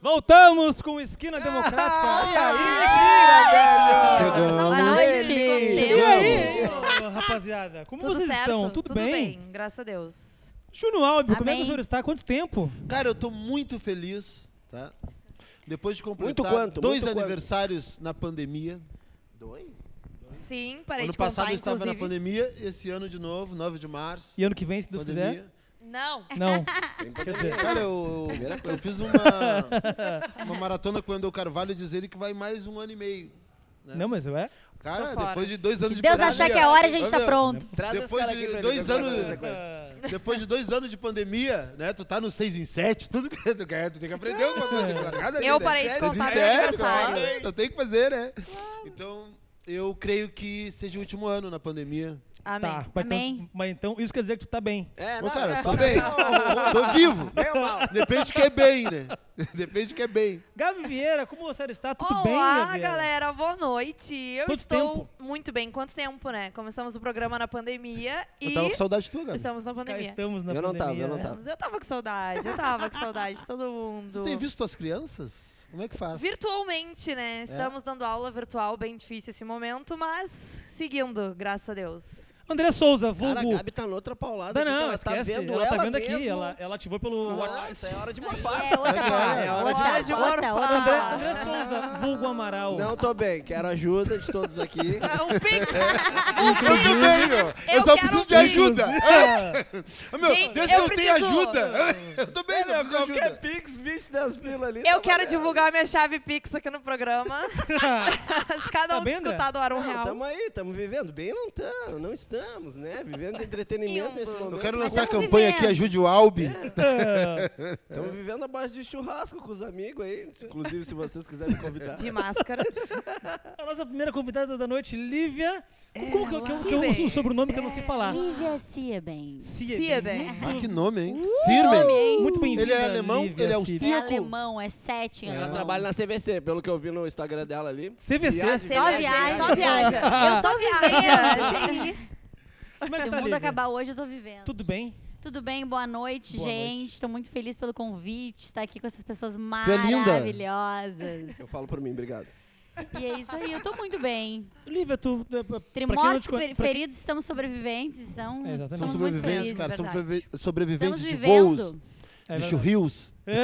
Voltamos com Ah, Esquina Democrática. e aí? Mentira, velho! Saudade. E Chegou. aí, ô, rapaziada? Como Tudo vocês certo? estão? Tudo, bem? graças a Deus. Júnior Albi, como é que o Amém. senhor está? Quanto tempo? Cara, eu tô muito feliz, tá? Depois de completar Muito quanto? dois Muito quanto? aniversários na pandemia. Dois? Sim, parei ano de passado contar, eu estava inclusive. na pandemia, esse ano de novo, 9 de março. E ano que vem, se Deus quiser? pandemia. Não. Não. Quer dizer, Cara, eu, eu fiz uma, uma maratona com o Andel Carvalho e diz ele que vai mais um ano e meio. É. Não, mas eu é. Cara, Tô fora. depois de dois anos de Deus pandemia- achar que é hora, a gente tá Andel, pronto. Traz esse Depois cara de aqui pra ele dois ver como é que anos- é essa coisa. Depois de dois anos de pandemia, né? Tu tá no 6 em 7, tudo que tu quer, tu tem que aprender alguma coisa. tu largada ali, Eu né? parei de Seis em contar meu sete, claro, aniversário. Eu tenho que fazer, né? Então, eu creio que seja o último ano na pandemia. Amém. Tá, mas então, Amém. mas então isso quer dizer que tu tá bem. É, Ô, não, cara, é, tô é, bem. não, Tô vivo. bem ou mal? Depende que é bem, né? Depende que é bem. Gabi Vieira, como você está? Tudo bem, Olá, Vieira? galera, boa noite. Eu Quanto estou tempo? muito bem. Quanto tempo, né? Começamos o programa na pandemia Eu e tava com saudade tua, Gabi. estamos na Cá pandemia. estamos na Eu não tava, pandemia, eu não né? tava. Mas Eu tava com saudade, eu tava com saudade de todo mundo. Tu tem visto tuas crianças? Como é que faz? Virtualmente, É. né? Estamos dando aula virtual, bem difícil esse momento, mas seguindo, graças a Deus. André Souza, Cara, a vulgo... Gabi tá noutra paulada. Não, aqui, que não, ela esquece. tá vendo ela tá vendo mesmo. aqui. Ela, ela ativou pelo Nossa, WhatsApp. é hora de morfar. É outra É, palavra. é hora outra, de outra, morfar. André, outra. André Souza, vulgo Amaral. Não tô bem, quero ajuda de todos aqui. Ah, Um pix! Eu tô bem, meu. Eu, Eu só quero preciso de um ajuda. É, Ah, Meu, Gente, diz que eu eu tenho preciso- ajuda. Ah, Eu tô Olha, bem, meu. Eu preciso de é qualquer ajuda. pix, 20 das pilas ali. Eu tá quero valendo. divulgar minha chave Pix aqui no programa. Se cada Tá um bem, André? escutar doar um Não, real. tamo aí, tamo vivendo. Bem não tamo, não estamos, né? Vivendo de entretenimento Indo. nesse momento. Eu quero lançar a estamos campanha vivendo. aqui, ajude o Albi. Estamos é, vivendo abaixo de churrasco com os amigos aí. Inclusive, se vocês quiserem convidar. De máscara. a nossa primeira convidada da noite, Lívia. Como que, eu- que eu- que eu Lívia. uso o sobrenome que eu não sei falar? Lívia Sieben. Sieben. Ah, que nome, hein? Sirmen. Muito bem-vinda. Ele é alemão? Lívia Ele é Sieben. É Tico. alemão, é sete em Ela alemão. trabalha na CVC, pelo que eu vi no Instagram dela ali. CVC. Viagem. Só viagem. Só viaja. Eu só viaja. Como é Se que o tá, mundo Lívia? acabar hoje, eu tô vivendo. Tudo bem? Tudo bem? Boa noite, Boa gente. noite. Tô muito feliz pelo convite, estar aqui com essas pessoas é linda. maravilhosas. Eu falo por mim, obrigado. e é isso aí, eu tô muito bem. Lívia, tu... pra quem não te Trimortos, conhe- per- pra quem- feridos, estamos sobreviventes. São, É, exatamente. somos São muito sobreviventes, felizes. cara. São verdade. sobrevi- sobreviventes Estamos de vivendo. voos, É de verdade. churrios. É.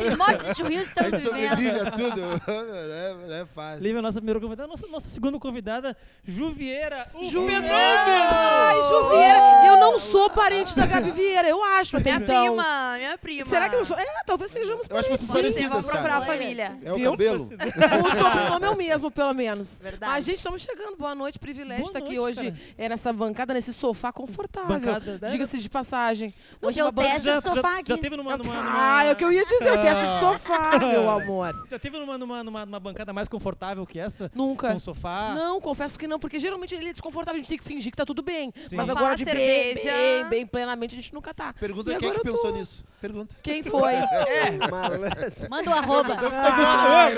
Entre mortos e churrios, A gente estamos Tá vivendo. sobrevive a tudo. Não é, não é fácil. Lívia, é a nossa primeira convidada. Nossa, nossa segunda convidada, Ju Vieira. O fenômeno! Ai, Ju Vieira, eu não sou parente da Gabi Vieira, eu acho até Minha então. prima, minha prima. Será que eu sou? É, talvez sejamos Eu acho que parentes. vocês Sim, parecidas, vamos procurar a cara. família. É o Viu? cabelo. O sobrenome é o mesmo, pelo menos. Verdade. Mas, gente, estamos chegando. Boa noite, privilégio Boa estar aqui noite, hoje cara. é, nessa bancada, nesse sofá confortável. Bancada, né? Diga-se de passagem. Não, Hoje é o uma banca- teste do sofá já, já aqui. teve numa... numa, numa- Ah, é o que eu ia dizer, o teste de sofá, meu amor. Já teve numa, numa, numa, numa bancada mais confortável que essa? Nunca. Com sofá? Não, confesso que não, porque geralmente ele é desconfortável, a gente tem que fingir que tá tudo bem. Sim. Mas Sofá, agora de bem, cerveja. bem, bem plenamente, a gente nunca tá. Pergunta E quem é agora que eu pensou tô- nisso. Pergunta. Quem foi? É, malandro. Manda o arroba. Ah,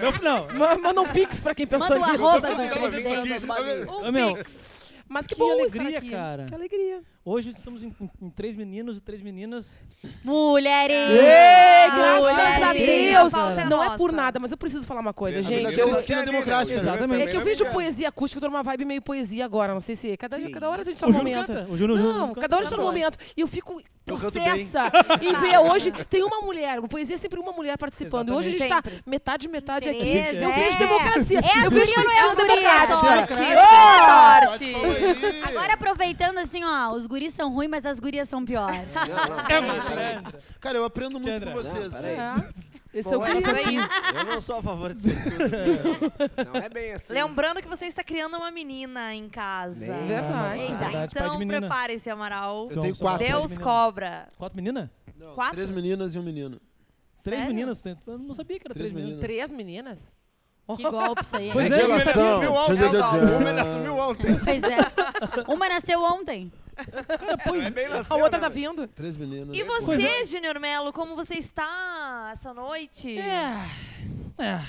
Não, não, não. Ma- Manda um pix pra quem pensou Manda o nisso. arroba né? Eu do tô vendo presidente. essa balinha. Ô, meu, Mas que, Que bom alegria, estar aqui. cara. Que alegria. hoje estamos em, em- em três meninos e três meninas. Mulheres! Deus. mulheres. graças a Deus. A pauta é Não é nossa. por nada, mas eu preciso falar uma coisa, A gente. é um verdadeira Eu- eu- esquina democrática. né? Exatamente. é que eu vejo poesia acústica, eu tô numa vibe meio poesia agora. Não sei se. Cada, Que cada hora a gente tá O no Júnior momento. canta. O Júnior o Júnior Não, canta. Tá cada hora está no Adoro. momento. E eu fico Eu canto bem. possessa em ver hoje. Tem uma mulher, uma poesia é sempre uma mulher participando. E hoje a gente tá Exatamente. metade, metade aqui. Beleza, Eu vejo é. democracia. É eu as vejo gurias, não é as gurias. Sorte, sorte. Pode falar aí. Agora aproveitando assim, ó, os guris são ruins, mas as gurias são piores. Não, não, É peraí, mais, peraí. né? Cara, eu aprendo muito com Não, vocês. peraí. velho. É. Esse é o Bom, guri. Por aí. Eu não sou a favor disso tudo. Não é bem assim. Lembrando que você está criando uma menina em casa. Nem. É Verdade. Eita, Verdade, pai de então menina. um prepare-se, Amaral. Eu tenho São- são quatro. quatro Deus meninas. cobra. Quatro meninas? Não, Quatro? Três meninas e um menino. Três Sério? meninas? Eu não sabia que era três, Três meninas. meninas. Três meninas? Que golpe isso aí. né? hein? Pois é, Ele Revelação. assumiu ontem. Tchan, tchan, tchan. Como ele assumiu ontem. Pois é. Uma nasceu ontem. Não é bem A nasceu, né, outra tá velho? vindo? Três meninas. um E Pois você, Júnior Melo, como você está essa noite? É. É.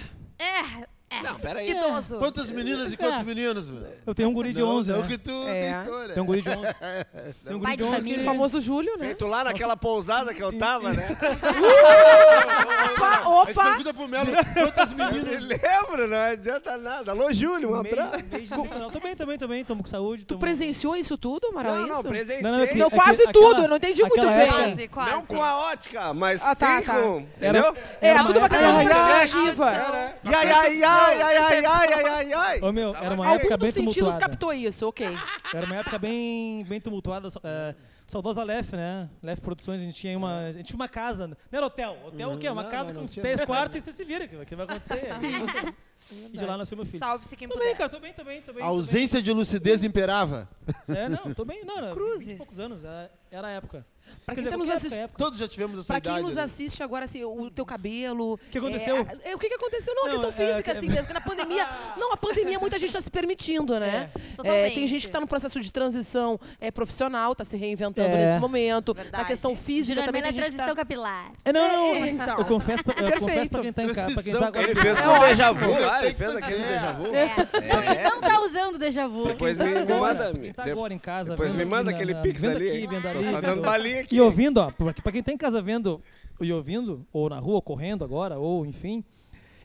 É, Não, peraí. né? idoso. Quantas meninas e quantos meninos, velho? Eu tenho um guri de 11, É né? o que tu É. deitou, né? Tem um guri de 11. Tem um guri Pai de de 11 família. O que... famoso Júlio, né? Feito lá naquela pousada que eu tava, né? Aí você Opa! pergunta pro Melo quantas meninas... Lembra, não adianta nada. Alô, Júlio, um abraço. Também, também, também. Tamo com saúde. Tu presenciou isso tudo, Amaral? é Não, não, isso? presenciei. Não, Não, não, que- Não, Aque- quase aquela- tudo, eu não entendi muito aquela bem. época- Quase, quase. com a ótica, mas Ah, tá, sim tá. com... Era- Entendeu? É, Era tudo uma uma questão época- alternativa. Audição. E ai, ai, ai, ai, ai, ai, ai, ai, ai. Ô, meu, era uma Algum época bem dos sentidos tumultuada. captou isso, ok. Ah, Era uma época bem, bem tumultuada. sa- é, saudosa Lef, né? Lef Produções, a gente tinha uma, a gente tinha uma casa. Não era hotel. Hotel é o quê? Uma Não, casa não, com não uns tinha 10 nada. quartos e você se vira. O que vai acontecer? E de lá nasceu meu filho. Salve-se quem Tô bem, puder. cara. Tô bem, tô bem, tô bem. A tô bem. ausência de lucidez imperava. É, não, tô bem. Não, era Cruzes. 20 e poucos anos. Era, era a época. Quer Pra quem dizer, tá nos qualquer assist- época. Todos já tivemos essa Pra idade. quem nos né? assiste agora, assim, o teu cabelo. O que aconteceu? o que, que aconteceu? Não, a Não, questão é- física, é- assim mesmo. Porque na pandemia. Não, a pandemia muita gente tá se permitindo, né? É, Totalmente. tem gente que tá num processo de transição é, profissional, tá se reinventando É. nesse momento. Verdade. Na questão física também Geralmente tem é gente que tá- transição capilar. É, não, não. É, então. Eu confesso pra, eu Perfeito. confesso pra quem tá em casa, pra quem tá agora. Ele É fez com o déjà vu lá, ele fez aquele déjà vu. É. Não tá usando déjà vu. Depois me, me Agora, manda. quem tá de- agora em casa. depois vendo me manda aqui aquele na- pix vendo ali. Aqui, vendo Tô ali, só dando vendo- balinha aqui. E ouvindo, ó, pra pra quem tá em casa vendo e ouvindo, ou na rua correndo agora, ou enfim,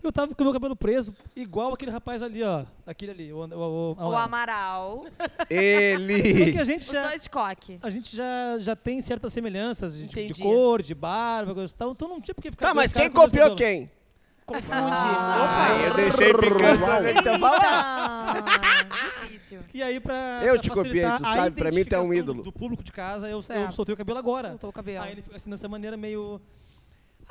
eu tava com o meu cabelo preso, igual aquele rapaz ali, ó. Aquele ali, o, o, o, O Amaral, Só que Ele. a gente os já, dois de coque. a gente já, já tem certas semelhanças de, de Entendi. cor, de barba, coisa e tal, então não tinha porque ficar. Tá, dois mas caras quem com o mesmo cabelo. copiou quem? Confunde. Ah, eu deixei picando pra ele tá falando. Então, difícil. E aí, pra. Eu pra te copiei, facilitar tu a sabe, pra mim tu é um identificação ídolo. Do, do público de casa, eu, eu Certo. soltei o cabelo agora. Soltou o cabelo. Aí ele fica assim, dessa maneira meio.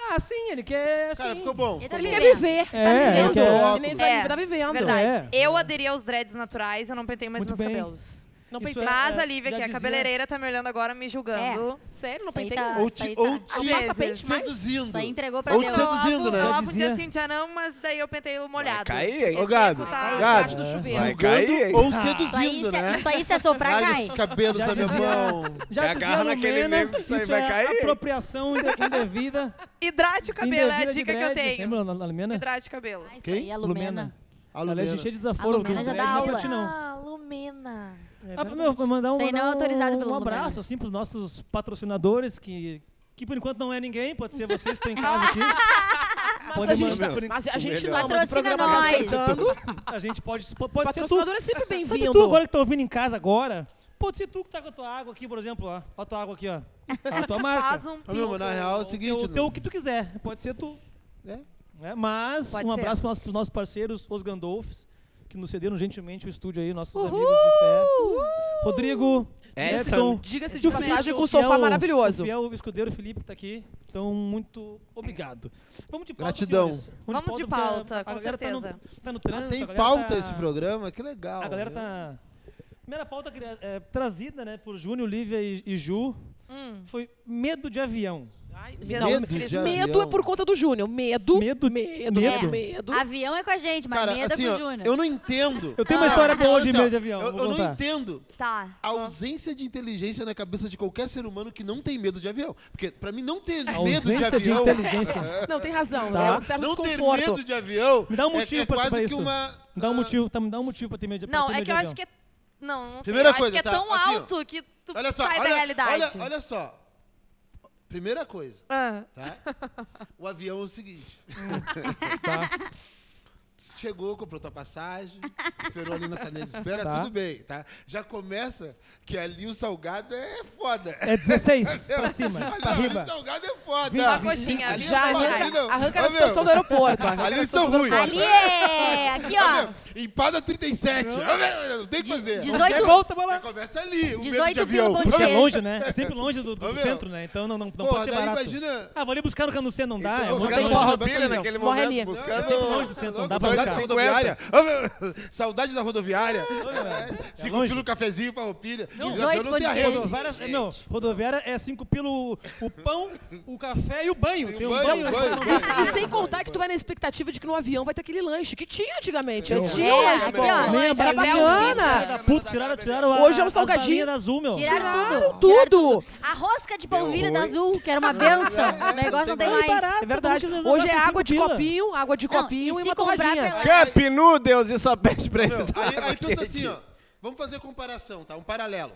Ah, sim, ele quer. Assim, Cara, ficou bom. Ele ficou tá Ele bom. quer viver. É, tá ele vivendo. quer- Ele nem sabe É, o que tá vivendo. Verdade. Eu aderi aos dreads naturais, eu não pentei mais é. Muito meus bem. cabelos. Não Isso peitei. é- Mas a Lívia, já que dizia- é É. cabeleireira, tá me olhando agora, me julgando. Sério, não Isso aí peitei. tá- Ou isso te, aí tá- ou Ah, te passa pente mais. seduzindo. Isso aí entregou pra Ou te Deus. seduzindo, Eu né? Já lavo um dia dizia. assim, um dia não, mas daí eu pentei ele molhado. cair, hein? Ô, Esse Gabi, seco tá Gabi. Embaixo do chuveiro. né? Vai Julgando cair, hein? Ou Isso é aí, seduzindo, se, né? isso aí se assoprar, Larga cai. os cabelos Já né? da minha dizia- mão. Já Te dizia agarra a naquele Lumena, nego que isso aí vai é cair. apropriação inde- indevida. Hidrate o cabelo, é a indevida de dica que eu dread. tenho. Lembra, Lu- Lumena? Hidrate o cabelo. Ah, isso Quem? aí, a Lumena. A Ela é Lumena. cheia de A desaforo. Lumena do já dread, dá não é aula. pra ti, não. Ah, Lumena. É pra meu, pra mandar um, Isso aí não é mandar um- autorizado pelo um Lumena. abraço assim, pros nossos patrocinadores, que, que por enquanto não é ninguém, pode ser vocês que estão em casa aqui. Mas Pode a gente, mandar. tá, mas a gente melhor. não, mas o Patrocina programa tá nós. aceitando. A gente pode, pode ser tu. Patrocinador é sempre Sabe bem-vindo. tu agora que tá ouvindo em casa agora? Pode ser tu que tá com a tua água aqui, por exemplo, ó. Ó a tua água aqui, ó. A tua marca. Faz um Ô, meu, mas na real é o seguinte. o teu não- o que tu quiser. Pode ser tu. É. Né? Mas Pode um ser. abraço para os nossos parceiros, os Gandolfs, que nos cederam gentilmente o estúdio aí, nossos amigos de fé. Rodrigo, Edson, É, então, Diga-se e de o Felipe, passagem com o um sofá fiel- maravilhoso. O fiel escudeiro Felipe que tá aqui. Então, muito obrigado. Vamos de pauta, Gratidão. senhores. Vamos de porque pauta, a- a com galera tá no- certeza. Tá no trânsito, Ah, a Tem galera pauta tá- esse programa? Que legal. A galera né? tá... Primeira pauta que, é, trazida né, por Júnior, Lívia e, e Ju Hum. foi medo de avião. Ai, Jesus Medo Cristo. de Medo avião. é por conta do Júnior. Medo. Medo- Medo. medo. Medo. Avião é com a gente, mas Cara, medo assim, é com ó, o Júnior. eu não entendo. Ah, assim, Eu tenho uma história boa de medo de avião. Eu, vou eu não contar. entendo Tá. a ausência de inteligência na cabeça de qualquer ser humano que não tem medo de avião. Porque pra mim não ter A medo de ausência de avião, inteligência. Não, tem razão. Tá. É um certo não ter desconforto. medo de avião, Me dá um é- motivo é, pra- pra quase que isso. uma Me dá um ah, motivo, tá, me dá um motivo pra ter medo de pra Não, ter é medo que eu de acho avião. que é. Não, não sei. Primeira eu acho coisa, que é tá? tão Assim, ó. alto que tu Olha só, sai olha, da realidade. Olha, olha só. Primeira coisa, Ah, tá? o avião é o seguinte. Tá. Chegou, comprou tua passagem, esperou ali na salinha de espera, Tá. tudo bem, tá? Já começa que ali o salgado é foda. É 16 pra cima, Ali, pra ali riba. o salgado é foda. uma coxinha. Ali Já não, ali arranca, não. arranca Ô, na meu, situação do aeroporto. arranca Ali na eles são situação do ruins. Ali é! Aqui, ó. Empada 37. Ô, meu, Não tem o que fazer. É 18, volta, vai Já lá. começa ali, o medo 18 de pila avião. bom de Porque Porque- é longe, né? É sempre longe do, do Ô, meu. centro, né? Então não, não, não Pô, pode ser daí barato. imagina... Ah, vou ali buscar no Canucê, não dá. é Então, muito Os Morre caras longe. ali. farroupilha naquele Morre ali. momento, É buscando... sempre longe do centro, não dá pra Saudade da buscar. cinco- rodoviária. Ô, meu, Saudade da rodoviária. É, Se É longe. continua o cafezinho, farroupilha. Não, 18 não tem podcast. arrego. Rodoviária, meu, rodoviária é 5 pilo o pão, o café e o banho. Tem um banho, banho, o banho. não- E, se- e sem contar que tu vai na expectativa de que no avião vai ter aquele lanche que tinha antigamente. Eu- Antes tinha É, um lanche aqui, bom. ó, lanche Era Bel bacana. Puta, tiraram, tiraram a, Hoje é um as salgadinho. balinhas da azul, meu. tiraram tudo. Tudo. Tiraram tudo. A rosca de polvilha da ruim. Azul, que era uma benção. O negócio não tem mais mais. barato. É verdade. Como que eles Hoje é gastam água de cinco pila? copinho, água de Não, copinho e e se uma comprar torradinha. pela- Camp Deus e só pede pra Meu, eles. aí, aí pensa quente. assim, ó. Vamos fazer a comparação, tá? Um paralelo.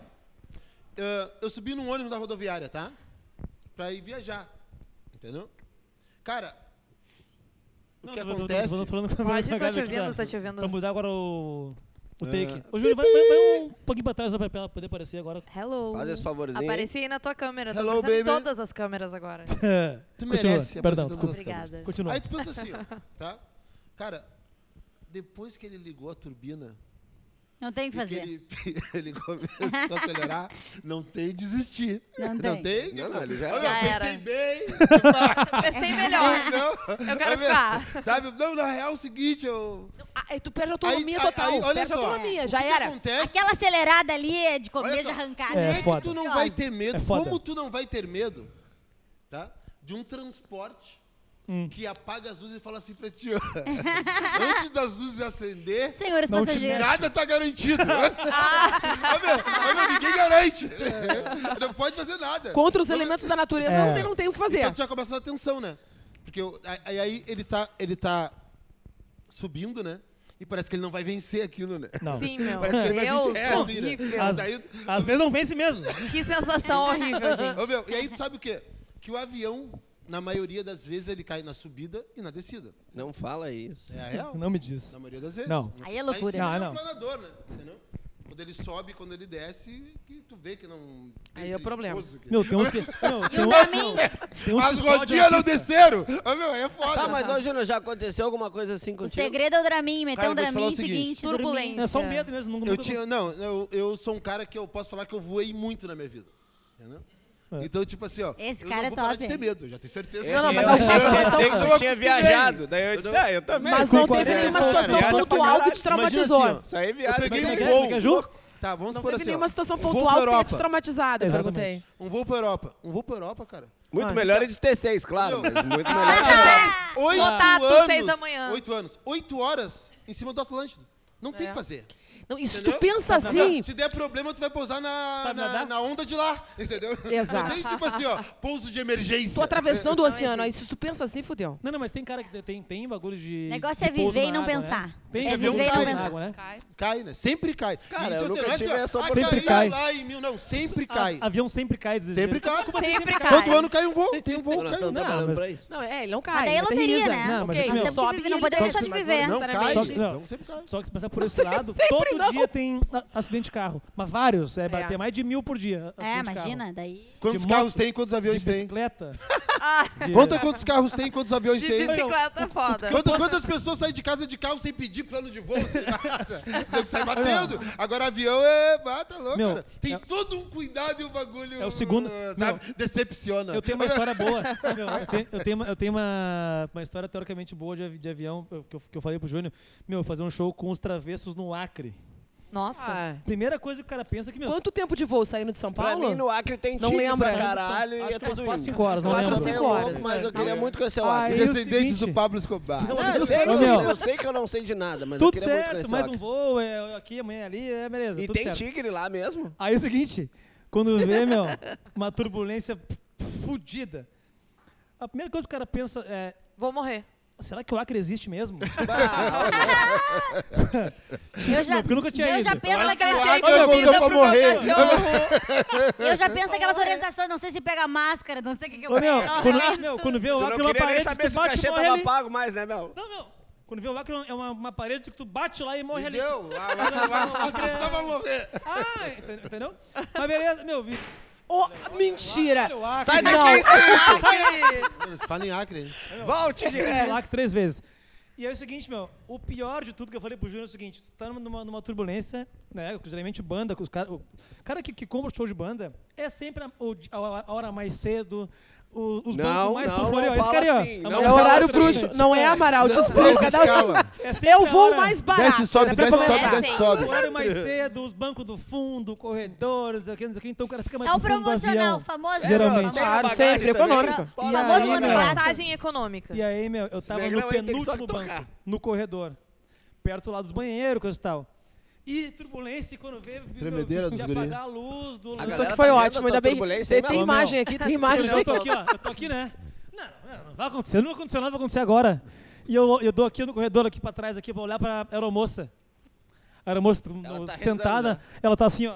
Ah, eu subi num ônibus da rodoviária, tá? Pra ir viajar. Entendeu? Cara, Não, que eu tô- eu tô- acontece- eu tô falando com a Pode, tô galera te aqui ouvindo, da- tô te Pra ouvindo. mudar agora o, o É. take. Ô, Júlio, vai, vai- vai um pouquinho pra trás só pra pra ela poder aparecer agora. Hello. Faz esse favorzinho. aí. Apareci aí na tua câmera, tô Hello, aparecendo em baby. todas as câmeras agora. Tu Continua, merece aparecer perdão, todas desculpa. as câmeras. Obrigada. Continua. Aí tu pensa assim, ó, tá? Cara, depois que ele ligou a turbina, Não tem o e que que fazer. ele, ele começou a acelerar, não tem desistir. Não tem. tem? Não, não, ele já Ah, eu era. Já pensei era. bem. Pensei É melhor. não, Eu quero Aí, ficar. Sabe? Não, na real é o seguinte, eu... Ah, aí tu perde a autonomia Aí- aí- total. aí, olha perde a só, autonomia, o já que que era. acontece? Aquela acelerada ali é de Olha começo só, de arrancada. Como É é, foda. que tu não vai ter medo? É foda. como tu não vai ter medo, tá? De um transporte Hum. que apaga as luzes e fala assim pra ti, ó. Antes das luzes acender, Senhores Não te passageiros. mexe. nada tá garantido. Ah, meu, ah, meu, ninguém garante. não pode fazer nada. Contra os elementos da natureza É. não, tem, não tem o que Então fazer. tu já começa a dar atenção, né? Porque eu- aí, aí ele tá, ele tá subindo, né? E parece que ele não vai vencer aquilo, né? Não. É Sim, meu. Parece que ele vai Deus, vir de reto, assim, né? horrível. Às, Daí- às vezes não vence mesmo. Que sensação horrível, gente. Ô, meu, e aí tu sabe o quê? Que o avião, na maioria das vezes, ele cai na subida e na descida. Não fala isso. É a real. Não me diz. Na maioria das vezes. Não. Aí é loucura. Aí, Ah, não, é não. um planador, né? Entendeu? Quando ele sobe, quando ele desce, que tu vê que não... Aí é o problema. perigoso que- Meu, tem uns que. Não, E tem o uns, Dramin, tem uns é que As explode a rodinhas não pista. desceram! Ô, meu, aí é foda. Tá, mas ô Júnior, já aconteceu alguma coisa assim o contigo? segredo é o Dramin, meter Cara, um eu vou te falar Dramin o seguinte, seguinte seguinte, turbulência. dormir. É só um medo mesmo. Nunca, Eu nunca- tinha, não, eu, eu sou um cara que eu posso falar que eu voei muito na minha vida. Entendeu? É. Então, tipo assim, ó. Esse eu cara não é vou parar top, de ter hein? medo, já tenho certeza. Não, não, mas eu algumas achei que situações- tu eu tinha acostumei. viajado. Daí eu disse, ah, eu também. Mas não Com teve 40 nenhuma anos, situação viaja pra pontual que caralho. te Imagina traumatizou. assim, ó, Isso aí Eu viaja. peguei Como é um que é? voo. Como é que é, Ju? Tá, vamos Não por teve assim. ó. nenhuma situação Voo pra pontual que tenha te Europa. traumatizado, eu Exatamente. perguntei. Um voo pra Europa. Um voo pra Europa, cara. Ah, Muito então. melhor é de ter seis, claro, mas muito tá. melhor. é Oito Lotado, anos. seis da manhã. Oito anos. Oito horas em cima do Atlântico. Não tem o que fazer. Não, isso Entendeu? tu pensa assim. Se der problema, tu vai pousar na, Sabe na, nadar? na onda de lá, entendeu? Exato. Não tem tipo assim, ó, pouso de emergência. Tô atravessando o oceano. Aí se tu pensa assim, fudeu. Não, não, mas tem cara que tem, tem bagulho de. Negócio é de pouso viver e na não água, pensar. Né? Tem É que viver e não pensar. Água, né? Cai, né? Sempre cai. Cara, E, eu tipo assim, nunca não é tive assim, ó, essa ah, oportunidade. caiu lá em mil, não. Sempre cai. A- avião sempre cai, desespero. Sempre cai. Como assim Sempre cai. Todo ano cai um voo. Tem um voo Nós caindo. estamos Não, trabalhando mas- pra isso. Não, é, ele não Mas cai. daí é mas tem loteria, risas. né? Não, mas é que Ok, não. ele Nós temos que sobe viver, e não ele podemos desce, deixar de mas viver. Não Só cai. que, necessariamente. não, Não, sempre cai. só que se pensar por esse lado, todo dia tem a- acidente de carro. Mas vários, é, É. tem mais de mil por dia. acidente É, de carro. imagina, daí. Quantos De carros moto, tem? Quantos De aviões tem? bicicleta. Ah. de- Conta quantos carros tem, quantos aviões De tem. bicicleta é foda. Quanto- quantas pessoas saem de casa de carro sem pedir plano de voo, sem nada? Tem que sair batendo. Agora avião é. Ah, tá louco, Meu, cara. Tem é- todo um cuidado e o bagulho. É o segundo- Sabe? Decepciona. Eu tenho uma história boa. Meu, eu tenho, eu tenho uma, eu tenho uma, uma história teoricamente boa de, avi- de avião, eu- que eu, que eu falei pro Júnior. Meu, fazer um show com os travessos no Acre. Nossa. Ah, Primeira coisa que o cara pensa é que, meu, Quanto tempo de voo saindo de São Pra Paulo? mim, no Acre tem Não time lembra. pra caralho e é tudo quatro, índio. cinco horas, não Eu acho lembro. meio Cinco louco, horas. Mas eu queria muito conhecer o Ai, E Acre. o Descendentes seguinte- do Pablo Escobar. Não, eu sei que Ô, eu, meu. eu sei que eu não sei de nada, mas tudo eu queria muito certo, conhecer o mais um Acre. voo, é, aqui, amanhã ali, é beleza. E tudo tem certo. tigre lá mesmo? Aí é o seguinte, quando vê, meu, uma turbulência fodida, a primeira coisa que o cara pensa é, Vou morrer. será que o Acre existe mesmo? Bah, olha, Eu já, Tipo, porque eu nunca tinha eu já ido. penso naquela Achei cheia que eu voltou vida pra pro meu morrer. cachorro. Eu já penso naquelas orientações, não sei se pega máscara, não sei o que que eu Ô, meu, pego. quando, meu, quando vê tu o não Acre, é uma queria nem parede, saber tu se o bate e cachê morre tava ali. pago mais, né, Mel? Não, meu, quando vê o Acre, é uma, uma parede que tu bate lá e morre ali. Entendeu? Ah, Lá, lá, lá, lá, lá, lá, vai morrer. Ah, ente- entendeu? Mas beleza, meu, vi. Oh, mentira! Olha o Acre, Sai meu. daqui! Eles falam em Acre, hein? Volte de no ré. Acre três vezes. E aí é o seguinte, meu, o pior de tudo que eu falei pro Júnior é o seguinte, tu tá numa, numa turbulência, né, geralmente banda, os cara, o cara que, que compra show de banda é sempre a, o di- a hora- a hora mais cedo, o- os Não, bancos mais não, pro não floreal. fala Esse cara aí, ó, assim, a não maior É fala hora horário assim. bruxo. frente. Não é, Amaral, te explico. Desce Cada um... escala. É sempre Eu a vou hora- mais barato. Desce, sobe, né, pra desce, sobe, começar. desce, sobe. O horário mais cedo, os bancos do fundo, corredores, não sei o que, não sei o que, então o cara fica mais É o pro fundo do promocional, avião. o famoso. Geralmente. Tem Claro, É, bagagem sempre, também. econômico. O E famoso aí, mundo meu? barato. Passagem econômica. E aí, meu, eu tava negrão no aí tem que só penúltimo tocar. banco, no corredor, perto lá dos banheiros, coisa e tal. E turbulência, e quando veio, Tremedeira de dos guri. apagar a luz do A Isso galera aqui foi tá vendo ótimo, a tua ainda bem. que- turbulência, hein, Tem, tem meu? imagem aqui, tem Eu imagem. já tô aqui, ó. Eu tô aqui, né? Não, não, não vai acontecer, não vai acontecer nada, vai acontecer agora. E eu, eu dou aqui no corredor, aqui pra trás, aqui, pra olhar pra aeromoça. A aeromoça Ela tá rezando sentada, ela tá assim, ó.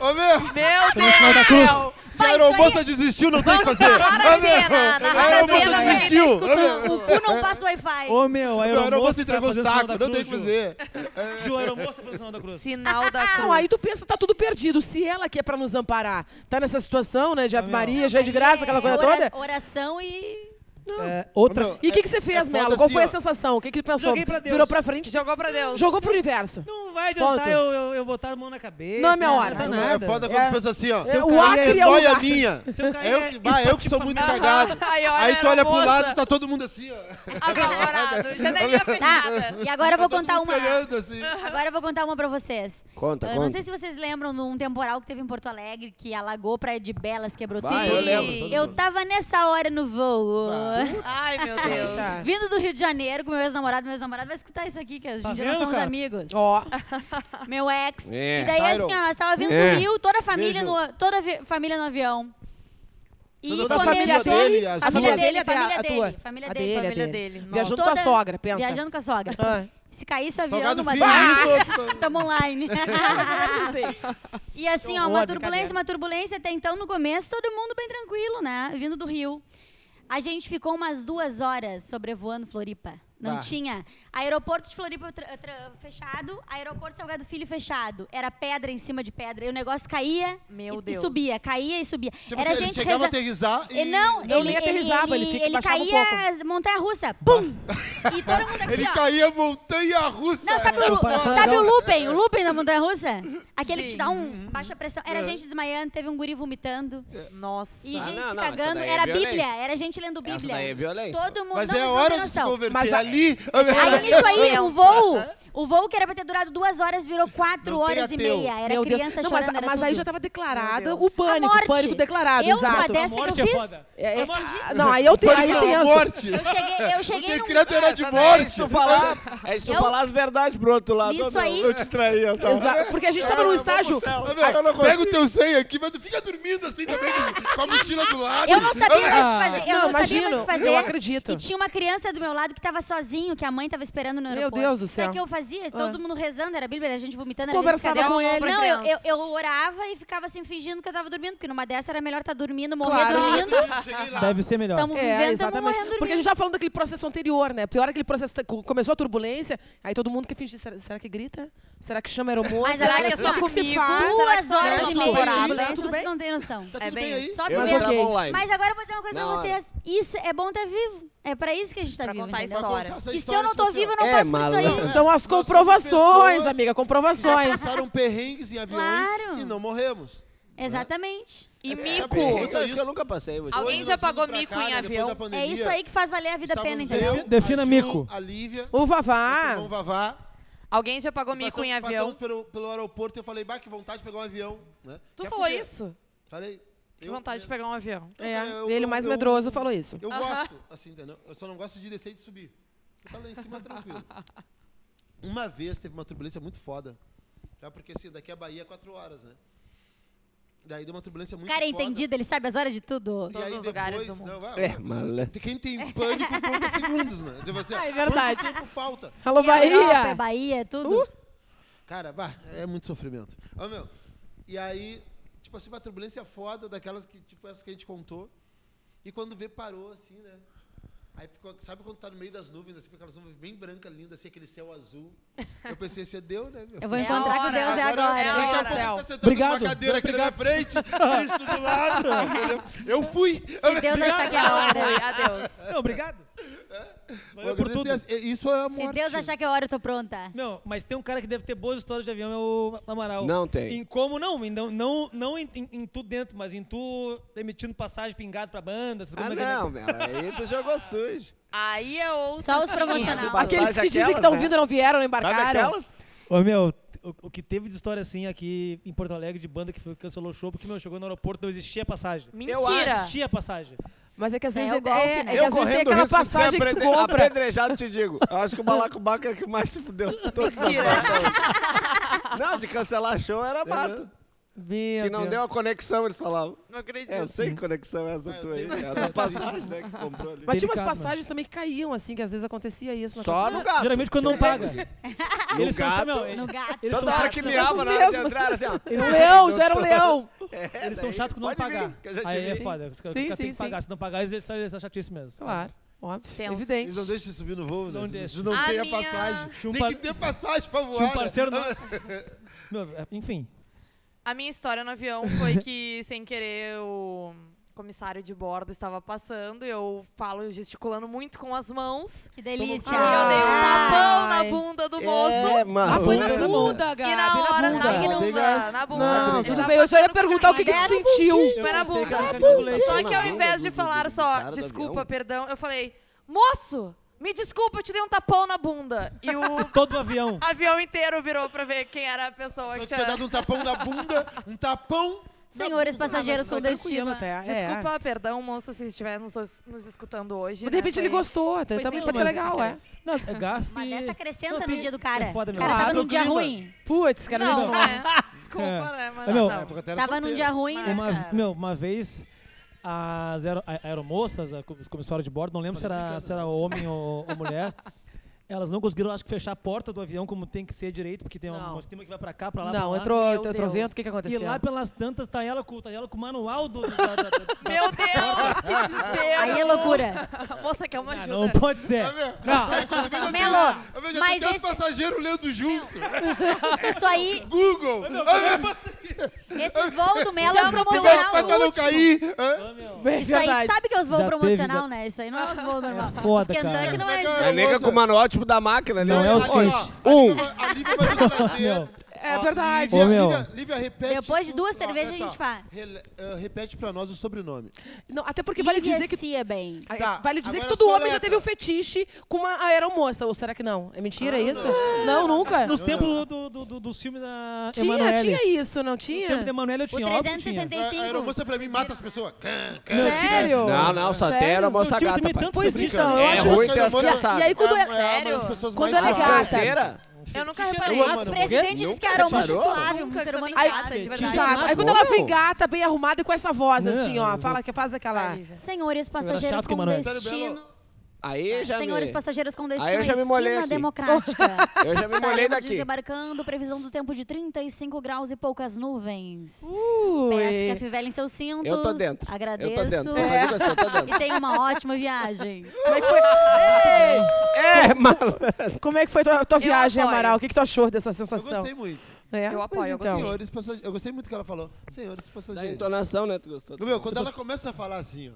Ô, meu, Meu Deus! Sinal da cruz. se a aeromoça desistiu, não tem o que fazer. Narrar Ô, a cena, meu, a narrar a aeromoça cena. vai. Quem tá desistiu. Ô, meu, escutando, o cu não passa Wi-Fi. Ô, meu, a A aeromoça aeromoça vai entregou os fazer o sinal da tacos, cruz, não tem o que Ju. fazer. Ju, a aeromoça vai fazer o sinal da cruz. Sinal da cruz. Não, aí tu pensa, tá tudo perdido. Se ela que é pra nos amparar, tá nessa situação, né? De Ave meu. Maria, já de graça, aquela coisa toda. Ora- Oração e... É, outra... Ô, meu, E o que, é- que você é fez, foda Melo? Qual assim, foi a ó. sensação? O que, que tu pensou? Joguei pra Deus. Virou pra frente? Jogou pra Deus. Jogou pro universo. Não vai adiantar Ponto. eu, eu, eu botar a mão na cabeça. Não é minha hora. nada, Não, é nada. foda quando É. tu pensa assim, ó. Se eu o cair, Acre é o Dói a lugar. minha. Se eu cair, Eu, é que- bah, eu que sou muito cagado. Aí, olha, Aí tu olha pro aeromoça. lado, tá todo mundo assim, ó. tá- Apavorado. Janelinha fechada. E agora eu vou Tá todo contar mundo uma... se olhando assim. Agora eu vou contar uma pra vocês. Conta, eu conta. não sei se vocês lembram de um temporal que teve em Porto Alegre que alagou Praia de Belas, quebrou Vai, tudo. eu lembro, todo Eu mundo. tava nessa hora no voo. Ai, meu Deus. Vindo do Rio de Janeiro com meu ex-namorado, meu ex-namorado vai escutar isso aqui, que hoje em Tá dia nós vendo, somos cara? amigos. Ó, Meu ex. É. E daí, Tyron. assim, ó, nós tava vindo É. do Rio, toda a família, Beijo. no, a- toda a vi- família no avião. E Toda a família é começou- dele, as a família duas. dele, A a família tua. dele, A tua. família A dele, dele, família a Família dele. dele. Nossa. viajando com Toda- a sogra, pensa. Viajando com a sogra. Ah. Se caísse o avião Salgado numa filho, isso, outro- Tamo online. e assim, ó, uma horror, turbulência, brincadeira. uma turbulência. Até então, no começo, todo mundo bem tranquilo, né? Vindo do Rio. A gente ficou umas duas horas sobrevoando Floripa. Não Tá. tinha. Aeroporto de Floripa tra- tra- fechado, aeroporto Salgado Filho fechado. Era pedra em cima de pedra. E o negócio caía Meu e, Deus. e subia, caía e subia. Tipo Era assim, ele gente chegava a reza- aterrissar e... Ele não, Não, ele, nem aterrissava, ele fica- baixava um caía montanha russa, pum! E todo mundo aqui, Ele ó. caía montanha russa. Não, sabe o, Lu- Comparação sabe legal. o Lupin? O Lupin da montanha russa? Aquele que te dá um baixa pressão. Era gente desmaiando, teve um guri vomitando. Nossa. E não, gente se não, É. essa cagando. daí é Era violência. Bíblia, era gente lendo Bíblia. daí é violência. Todo mundo Mas não, é vocês não hora têm de se né? noção. converter Mas a- ali. Aí nisso aí, o voo, o voo que era pra ter durado duas horas, virou quatro Não tem horas e ateu. meia. Era Meu Deus. criança Não, mas, chorando, era mas aí tudo. já tá- tava declarada Meu o Deus. A pânico, o morte. pânico declarado, eu, exato. numa dessa que eu morte é fiz, foda. É, é- A morte- ah, não, aí eu tenho, aí Pânico eu é tenho. morte. eu cheguei, eu cheguei Porque num... né? criança era de Essa daí É morte. se tu falar, é se tu Eu- falar as verdades pro outro lado. Isso Ô, meu, aí- Eu te traí, então. essa Exato, porque a gente tava Eu num vou estágio. pro céu. Ô, meu, Eu não pega o consigo. teu senho aqui, mas tu fica dormindo assim também, com- com a mochila do lado. Eu não sabia mais o Ah. que fazer. Eu Não, não sabia mais o imagino, que fazer. eu acredito. E tinha uma criança do meu lado que tava sozinho, que a mãe tava esperando no aeroporto. Deus do Sabe céu. Ah. o que eu fazia? Todo mundo rezando, era Bíblia, era gente vomitando. Era Conversava gente com cadela. ele. Não, eu, eu, Criança. eu orava e ficava assim, fingindo que eu tava dormindo, porque numa dessa era melhor estar dormindo, morrer Claro. dormindo. Cheguei lá. tá Deve ser melhor. Tamo É, vivendo, tamo morrendo exatamente. dormindo. Porque a gente já falando daquele processo anterior, né? Porque a hora que aquele processo te- co- começou a turbulência, aí todo mundo que fingir, será, será que grita? Será que chama aeromoça? Mas será olha só o que se comigo. faz? Será né, que tá Duas só horas eu e tô meia de namorado? turbulência, né, Tudo vocês bem? não têm noção. Tá É tudo bem bem aí? Só Eu Mas é vivendo. entrava ok. online. Mas agora eu vou dizer uma coisa Não, pra vocês. Isso é bom estar vivo. É pra isso que a gente tá Pra vivo, contar a entendeu? Pra História. contar essa E se história, eu não tipo tô assim, viva, eu não É, posso por isso malandro. aí. São as Nós comprovações, pessoas- amiga, ó, comprovações. Passaram perrengues em aviões Claro. e não morremos. Exatamente. E Pô, mico. isso é Isso isso. que eu nunca passei. vou te Alguém Hoje dizer. já nós vindo pagou pra mico né, em depois avião? da pandemia, um É isso aí que faz valer a vida a estávamos pena, eu, entendeu? Ah. Defi- defina a Ju, mico. A Lívia, O o Vavá. Simão Vavá. Alguém já pagou mico passamos- em avião? Passamos pelo, pelo aeroporto e eu falei, bah, que vontade de pegar um avião. Né? Tu Quer falou fuder? isso? Falei. Que eu- vontade de pegar um avião. É, eu- ele eu- mais eu- medroso falou isso. Eu gosto, assim, entendeu? Eu só não gosto de descer e de subir. Eu tá lá em cima tranquilo. Uma vez teve uma turbulência muito foda. Tá? Porque assim, daqui a Bahia é quatro horas, né? Daí deu uma turbulência muito Cara é foda. entendido, ele sabe as horas de tudo. E Todos aí os depois, lugares do Não, mundo. vai, É, malandro. Quem tem pânico conta segundos, né? Tipo assim, Ah, é verdade. Quanto tempo falta? Alô, É Europa, é Bahia. Uh. Bahia, é tudo. Cara, bah, é muito sofrimento. Ó, meu, e aí, tipo assim, uma turbulência foda daquelas que, tipo, essas que a gente contou. E quando vê, parou assim, né? Aí ficou, sabe quando tá no meio das nuvens, assim, fica aquelas nuvens bem brancas, lindas, assim, aquele céu azul. Eu pensei assim, deu, né, meu? Eu vou É a encontrar com hora, Deus é agora. Daqui a hora. pouco Céu. tá sentado Obrigado. numa cadeira aqui na minha frente, Cristo do lado. entendeu? Eu fui. Se Deus achar que é a hora. Foi, adeus. Não, obrigado. Valeu assim. Eu por tudo. agradeço. Isso é a morte. Se Deus achar que é a hora, eu tô pronta. Não, mas tem um cara que deve ter boas histórias de avião, é o Amaral. Não tem. Em como não, em não, não, não em, em- em tu dentro, mas em tu emitindo passagem pingado pra banda, essas Ah, coisas que- não, meu. Aí tu jogou sujo. Aí é eu ouço. Só os promocionais. Mas Aqueles faz que dizem que aquelas, estão né? vindo e não vieram, Sabe não embarcaram. aquelas? Ô, meu, o, o que teve de história assim aqui em Porto Alegre de banda que foi, cancelou o show, porque, meu, chegou no aeroporto, não existia passagem. Mentira. Não existia passagem. Mas é que às Isso aí vezes é é, o golpe, é, né? é que Eu às vezes correndo tem risco aquela de ser passagem que tu aprede- compra. apedrejado, te digo. Eu acho que o balacobaca é o que mais se fudeu. de todos os Mentira. atrasados. Não, de cancelar show era mato. É. Meu que não Deus. deu a conexão, eles falavam. Não acredito. É, eu sei que conexão é essa Ah, eu tua aí. tenho É a da passagem, né, que comprou ali. Mas tinha umas Delicado, mano. passagens também que caíam, assim, que às vezes acontecia isso. não Só acontecia? no gato. Geralmente quando não porque paga. No Eles são gato, assim, ó, No gato. eles Toda são hora chatos, que são- me ama na hora de mesmos. entrar, assim, ó. Eles Um são- leão, já era um leão. É, Eles são daí, chatos quando não pode vir, pagar. que eu já te Aí é vi. foda. Os caras os Sim, caras sim, têm que sim. pagar. Se não pagar, eles são eles são chatices mesmo. Claro, óbvio. Tenso. Evidente. Eles não deixam de subir no voo, né? Não Eles deixam. não A tem a minha- passagem. Tinha um tem par- que ter passagem pra voar. Tinha um né? parceiro. no- Meu, é- Enfim. A minha história no avião foi que, sem querer, o comissário de bordo estava passando e eu falo gesticulando muito com as mãos. Que delícia. Ah, e eu dei um tapão na Ai. bunda do moço. É, mano. Ah, foi na né? bunda, Gabi, E na hora, na bunda. bunda, Diga- na bunda. Não, Ele tudo tava bem, eu só ia passando por perguntar o que, que carreira. tu sentiu. Eu Foi pensei que na bunda. era Na carregando bunda. leite. Só que ao Imagina, invés de do- do- falar do só cara do desculpa, avião. perdão, eu falei, moço, me desculpa, eu te dei um tapão na bunda. E o Todo o avião. avião inteiro virou pra ver quem era a pessoa Eu que tinha tinha. dado um tapão na bunda, um tapão. Senhores passageiros com Foi tranquilo destino. até. é. um Desculpa, perdão, moço, se estiver nos, nos escutando hoje. Mas de né, repente ele foi- gostou, então sem pode ser mas- legal, é. Não, é gafe. Uma dessa acrescenta Não, no tem- dia do cara. é foda o mesmo. cara tava Claro, num dia clima. ruim. Putz, cara, Não, não. não é. Desculpa, É. né? Mas Meu, não. Porque eu era Tava num solteiro. dia ruim. Mas- Uma, cara. meu, uma vez, as aero, a- aeromoças, a co- os comissários de bordo, não lembro se era, se era homem ou, ou mulher, elas não conseguiram, acho que, fechar a porta do avião como tem que ser direito, porque tem Não. um esquema que vai pra cá, pra lá, pra Não, lá. entrou, Meu entrou Deus. vento, o que, que E aconteceu? lá pelas tantas, tá ela com, tá ela com o manual do... da- da- da- Meu Deus, que desespero. Aí é loucura. Moça, quer uma Ah, ajuda? não pode ser. Tá vendo? Aí Não, quando vem, já tem- Melo, tá Eu vejo, já mas tem os esse- passageiros lendo junto. É Isso aí, Google. Ah, meu, esses voos do Melo é um Primeiro, pra promocional. não cair. Hã? É Isso aí, verdade. sabe que é os voos Já teve, promocional, já- né? Isso aí não é os voos normal. foda, os Kentucky cara. não é Como é que isso. é? A nega com o manual-tipo da máquina, né? Não é os Ali, quentes. ó, Um. A Lívia vai nos trazer. meu. É verdade. Ô, Lívia, meu. Lívia, Lívia, repete. Depois de o- duas ó, cervejas a olha gente só. faz. Rele- ah, repete pra nós o sobrenome. Não, até porque vale dizer que Vivencia bem. Aí, Tá, Vale dizer que agora todo homem soletra. já teve um fetiche com uma aeromoça. Ou será que não? É mentira isso? Não, nunca. nos tempos do, do, do, dos filmes da É. tinha, Emanuele. tinha isso, não No tempo da tinha? Emanuele eu O tinha, óbvio que tinha. 365. A É, aeromoça pra mim mata as pessoas. Sério? Não, não, só Sério? tem a Eu moça tive gata, também pai. tantos Pois fetiches. então, eu É, acho- ruim ter as E- E aí caçadas. quando é... É uma Sério? das pessoas Quando mais ela é safada. gata. Canseira? Eu nunca Cheiro, reparei. mano, O presidente Nunca disse que era um macho reparou? suave, um Nunca ser que humano você Aí, me gata, de verdade. exato. Aí quando ela vem gata, bem arrumada e com essa voz, Não, assim, ó. eu- Fala que faz aquela... Ai, Senhores Era passageiros chato que com Manoel- destino. É, Aí já me... Senhores passageiros com destino. eu já me à molhei esquina aqui. democrática. Eu já me molhei Estaremos daqui. desembarcando, previsão do tempo de 35 graus e poucas nuvens. Peço que é Ui. afivelem seus cintos. Eu tô dentro. Agradeço. Eu tô dentro. Eu tô dentro, eu tô dentro. E tenha uma ótima viagem. Como é que foi, É, malandro. Ei, como é que foi tua, tua Eu viagem, apoio. Amaral? O que, que tu achou dessa Eu sensação? gostei muito. É, Eu pois apoio, eu então. Tipo assim, Senhores passageiros. Eu gostei muito que ela falou. Senhores Da passageiros. entonação, né? Tu gostou? Meu, quando ela começa a falar assim, ó.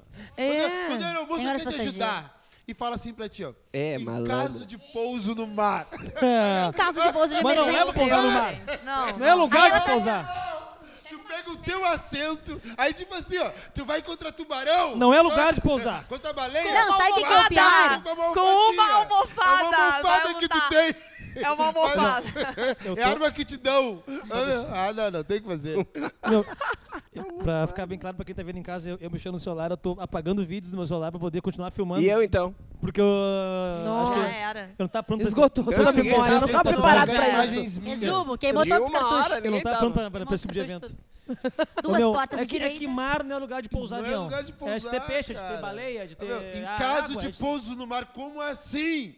Quando, É. quando a aeromoça Senhoras quer te ajudar e fala assim pra ti, ó. É, em malandro. caso de pouso no mar. É. Em caso de pouso de Mas não emergência. é pra pousar no mar. Não, Não é Aí lugar ela pra tá- pousar. Tu pega o teu assento, aí tipo assim, ó, tu vai contra tubarão. Não é lugar de pousar. Contra baleia. Não, sabe o que que é o pior? Com uma Com uma almofadinha. almofada, É uma almofada vai que tu lutar. tem. um- é uma almofada. Eu É tô- arma que te dão. Ah, não, não, tem que fazer. Não. Pra ficar bem claro pra quem tá vendo em casa, eu, eu mexendo no celular, eu tô apagando vídeos do meu celular pra poder continuar filmando. E eu, então? Porque eu. acho Nossa. que eu, Já era. eu não tá pronto pra- Esgotou Eu toda a cheguei em memória, casa, não tava tava tá preparado jogando pra isso. Imagens minhas. Resumo, queimou De todos os uma cartuchos. hora, Eu não ninguém tava tava. pronto pra, pra, pra esse tipo de evento. Ô, Duas meu, portas é, que, é direita. que mar não é lugar de pousar Não é avião. lugar de É de ter pousar, peixe, de cara. ter baleia, de ter. Meu, Tá em É, a- caso água, de ter- pouso no mar, como assim?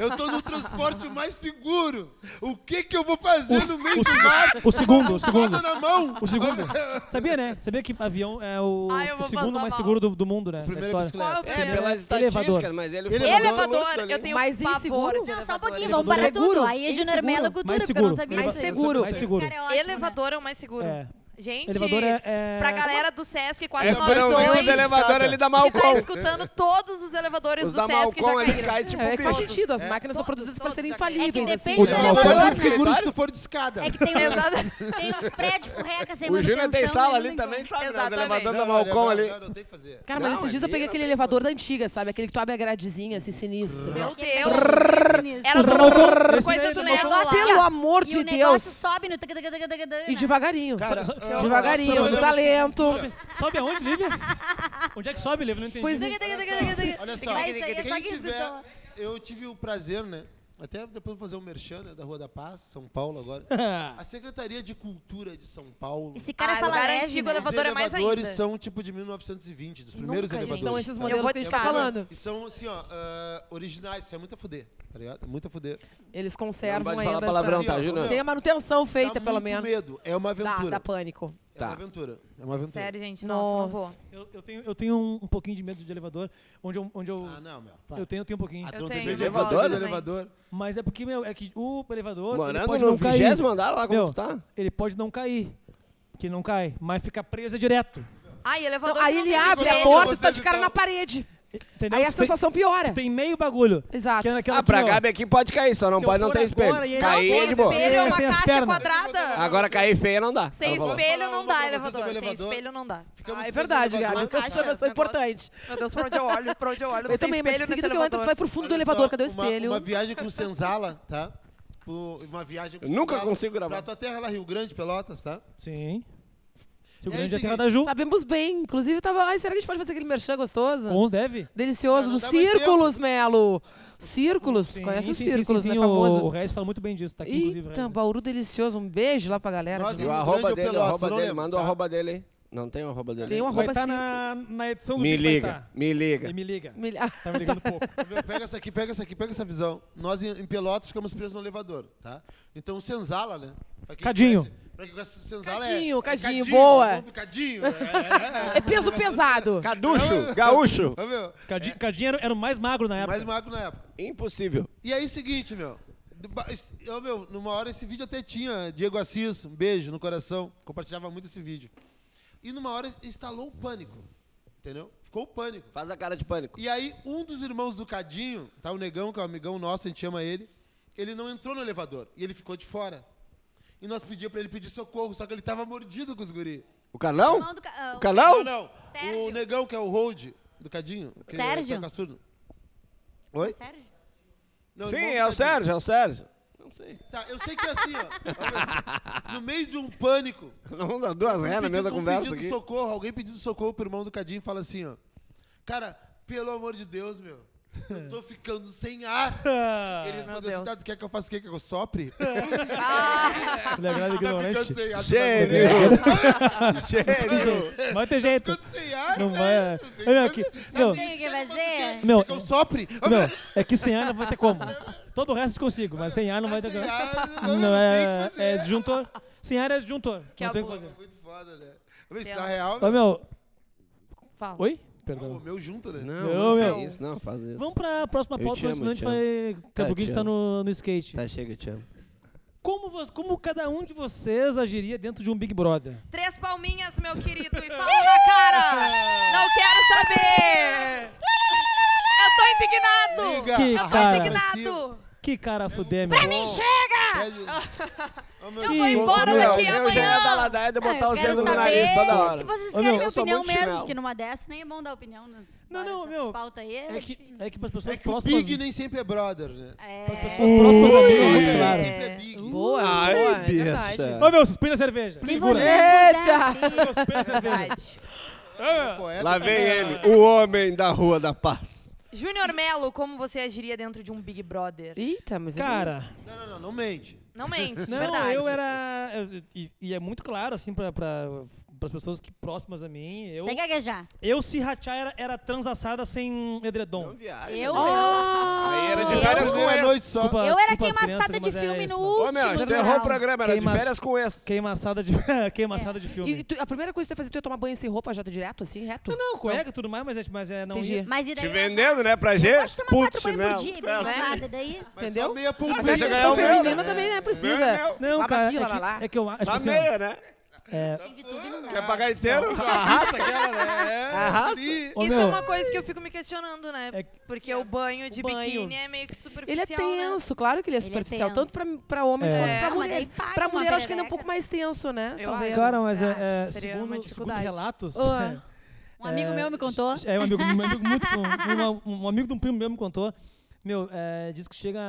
Eu tô no transporte mais seguro. O que que eu vou fazer O- no meio o- do mar? O segundo, o segundo. Nada na mão. O segundo. Sabia, né? Sabia que avião é o, Ai, eu o vou segundo passar mais mal. seguro do, do mundo, né? Na Primeiro história. É, bicicleta. Ele- pelas elevador. estatísticas, mas ele foi Elevador, moço Elevador, ali. eu tenho Mas pavor inseguro? de né, Não, só um elevador. pouquinho, vamos Elevador. parar tudo. Seguro. Aí é Mais Júnior seguro. Melo com Mais tudo, porque eu não seguro. sabia. Mais disso. seguro. Mais seguro. Esse cara é ótimo, né? Elevador é o mais seguro. É. Gente, Elevador é, é- pra galera do É, Sesc Essa não vem os 492, elevadores ali da que tá Malcom. escutando todos os elevadores Os do da Sesc já Malcom, ele caíram. cai tipo É que faz bicho. sentido, as máquinas são Todos, produzidas pra todos serem já caíram. infalíveis. É que assim. depende O do elevador é elevador. muito seguro se tu for de escada. É que tem Exato. uns, tem uns prédios furreca sem O Júnior tem manutenção, sala né? ali Não tem também, como. sabe? Os Exatamente. elevadores da Não, Malcom não, ali. não, não tem que fazer. Cara, mas Não, esses dias eu ali peguei não aquele tem elevador da antiga, sabe? Aquele que tu abre a gradezinha, assim, sinistro. Meu Aquele Deus. negócio sinistro. Era Esse do daí coisa ele do assim, botou- Lego lá. Pelo E amor o de negócio Deus! sobe no... taca, taca, taca, taca, taca, E né? devagarinho. Cara, eu- devagarinho, eu- no talento. Sobe aonde, Lívia? Onde é que sobe, Lívia? Não entendi. Pois é. Taca, taca, taca, taca, taca. Olha só, É isso aí, é só quem quem tiver, escutou. eu tive o prazer, né? Até depois vou fazer um merchan, né, da Rua da Paz, São Paulo agora. A Secretaria de Cultura de São Paulo. Esse Ah, cara fala lugar leve, antigo, né? elevador. elevador é mais elevadores ainda. são tipo de 1920, dos primeiros Nunca, gente. elevadores. São esses tá? modelos vou que a gente deixar. tá falando. E são assim, ó, ah, originais. Isso é muito a fuder, tá ligado? É muito a fuder. Eles Não conservam pode falar ainda. essa- palavrão, tá, Assim, ó, Júnior? Tem a manutenção feita, Dá pelo muito menos. medo. É uma Dá, aventura. dá pânico. É Tá. uma aventura. É uma aventura. Sério, gente, nossa, não vou. Nossa. Eu, eu tenho, eu tenho um, um pouquinho de medo de elevador, onde eu, onde eu, Ah, não, meu. Pá. eu tenho, eu tenho um pouquinho. Ah, tu Eu não tem tenho, medo de eu gosto elevador? né? também. elevador. Ah, Mas é porque, meu, é que o elevador. ele Morando pode no não cair. vigésimo andar lá, como Meu, tu tá? Ele pode não cair. Que ele não cai, mas fica preso direto. Ai, elevador. Não, que aí não ele tem abre a joelho. porta e você tá de cara evitar. na parede. Entendeu? Aí a Tu tem- sensação piora. Tem meio bagulho. Exato. Que é naquela Ah, pra aqui, ó. Gabi aqui pode cair, só não Se eu pode não for ter espelho. agora e Não, Cair sem é de boa. espelho é uma Sem as caixa pernas. quadrada. Agora cair feia não dá. Sem Ela falou. espelho não Posso falar dá uma coisa elevador. sobre Sem elevador? espelho não dá. Ficamos Ah, presos é no verdade, elevador. Gabi. Uma caixa, Observação um é importante. Meu Deus, pra onde eu olho? Pra onde eu olho? Não tem Eu também, mas espelho nesse seguindo que eu entro, tu elevador. vai pro fundo do Olha elevador. só, Cadê o uma- espelho? Uma, viagem com senzala, tá? Por- Uma viagem com Eu nunca senzala consigo gravar. Pra tua terra lá, Rio Grande, Pelotas, tá? Sim. Se o É o grande é a terra seguinte, da Ju. Sabemos bem. Inclusive, eu tava. Ai, será que a gente pode fazer aquele merchan gostoso? Ou deve. Delicioso. Não, não Dos dá mais círculos, Melo. Círculos. Sim, Conhece os sim, sim, círculos, sim, né? sim, o- O Famoso. Então, Reis fala muito bem disso, tá aqui, inclusive. o Eita, Reis. Bauru delicioso. Um beijo lá pra galera. Nossa, de E o lá. Rio arroba Grande ou dele, o Pelotas, arroba não dele. lembro, Manda o tá? arroba dele aí. Não tem o arroba dele. Tem um Vai arroba estar cinco. na, na edição do Me vídeo, vai liga, tá. me liga. E me liga. um Milha- Tá me ligando pouco. Meu, Pega essa aqui, pega essa aqui, pega essa visão. Nós em, em Pelotas ficamos presos no elevador, tá? Então o senzala, né? Pra quem Cadinho. conhece- pra quem conhece o senzala Cadinho, é, cadinho, é boa. o nome do Cadinho, é, é, é. É peso pesado. Caducho, gaúcho. Ô, meu, Cadi- Cadinho era, era o mais magro na época. mais magro na época. Impossível. E aí, seguinte, meu. do ba- esse- Ô, meu, numa hora esse vídeo até tinha Diego Assis, um beijo no coração. Compartilhava muito esse vídeo. E numa hora instalou o pânico, entendeu? Ficou o pânico. Faz a cara de pânico. E aí, um dos irmãos do Cadinho, tá? O Negão, que é um amigão nosso, a gente chama ele. Ele não entrou no elevador e ele ficou de fora. E nós pedíamos pra ele pedir socorro, só que ele tava mordido com os guri. O Carlão? Irmão do ca- O Não, Carlão? não. Sérgio. O Negão, que é o hold do Cadinho. que é Sérgio? cassudo. Oi? Sérgio? Não, Sim, irmão do é o Cadinho. Sérgio, é o Sérgio. Não sei. Tá, eu sei que é assim, ó. No meio de um pânico, Não dá duas ré na pedindo- mesma um conversa pedindo aqui. socorro, alguém pedindo socorro pro irmão do Cadinho e fala assim, ó. Cara, pelo amor de Deus, meu. Eu tô ficando sem ar. Ah, Ele respondeu assim, tá, tu quer que eu faça o quê? Quer que eu sopre? Ele é grande Tá ficando ignorante. sem ar. tu tá Gênio! Gênio! Mas tem jeito. ficando sem ar, Não vai- velho. Tem Olha coisa- aqui, Ah, meu. tu quer que eu faça o quê? Meu. Quer que eu sopre? Ah, Não, é que sem ar não vai ter como. Todo o resto eu consigo, mas sem ar não vai ter sem como. ar, eu Não, tenho é, que fazer. é disjuntor. Sem ar é disjuntor. Que não tem o que abuso. fazer. Muito foda, né? Vamos ver se Deus. na real, Ô, meu. meu. Fala. Oi? O Perdão. meu junto, né? Não, Não, não, meu. é isso, não, faz isso. Vamos pra próxima Eu pauta, te amo, senão a gente eu te vai. Daqui a Tá, pouquinho a te gente tá amo. no, no skate. Tá, chega, eu te amo. Como, vo- como cada um de vocês agiria dentro de um Big Brother? Três palminhas, meu querido, e fala na cara! Não quero saber! Eu tô indignado! Liga, Que arrasta cara. pra cima. Indignado! Que cara fuder, meu. Me enxerga! Pede- Ô, meu, é Eu que vou embora louco, meu. daqui eu já amanhã! ia dar ladaia de botar eu os quero dedos no saber tá nariz toda hora. se vocês Ô, meu, querem minha eu sou opinião muito mesmo, chinelo. que numa dessa nem é bom dar opinião nas Não, não, horas da meu. pauta aí, é, É que, difícil. é que pras pessoas É que o próximas. Big nem sempre é brother, né? As pessoas próximas a mim é muito claro. Sempre é Big. Boa, Ai, boa, é bicha. verdade. Ô, meu, suspende a cerveja. Se Segura. você Eita! pudesse- Suspende a cerveja. Verdade. Poeta. tá Lá vem ele, o homem da Rua da Paz. Júnior Melo, como você agiria dentro de um Big Brother? Eita, mas... é Cara. Não, não, não, não mente. Não mente, de Não, verdade. eu era. eu- E, e é muito claro, assim, pra, pra, pras pessoas que próximas a mim. Eu, Sem gaguejar. eu se rachar, era, era transassada sem edredom. viaja. Eu, Ah! Aí era de Ah, Eu- férias com Primeira é esse. noite só. Desculpa- eu era desculpa as queimaçada crianças, de mas é filme isso, no não. último. Ô, meu, tu né? errou o programa, era de Queimas- férias com esse. Queimaçada de, queimaçada de filme. E tu- a primeira coisa que tu ia fazer, tu ia tomar banho sem roupa já direto, assim, reto? Não, não, cueca e tudo mais, mas, é- mas é não Entendi. ia. Mas e daí? Te vendendo, né, pra gente? Pode tomar quatro Putz, banhos por dia, meu. bem usada, daí... Mas Entendeu? só meia Ah, pulpeira. deixa Mas ganhar o a meu, feminina né? também, Meu, né? Precisa. meu. Não, Lava cara, aqui, é lava que, lá. é que eu acho Só assim, ó, meia, né? é, Tive tudo e não Quer dá. pagar inteiro? Arrasa, cara. É, Arrasa. tri. Ô, Isso é meu. uma coisa que eu fico me questionando, né? É- Porque o banho de banho. biquíni é meio que Ele é superficial, tenso, claro que ele é Ele é superficial, tenso. tanto pra, pra homens É. quanto É, pra mas mulheres. ele paga Pra uma mulher, acho que ele é um perereca. pouco mais tenso, né? Eu Talvez. acho. Cara, mas é, é, Acho, seria uma segundo, segundo dificuldade. relatos. Ah. Um amigo É, meu me contou. É, um amigo, um amigo muito. Um, um- um amigo de um primo meu me contou. Meu, é, diz que chega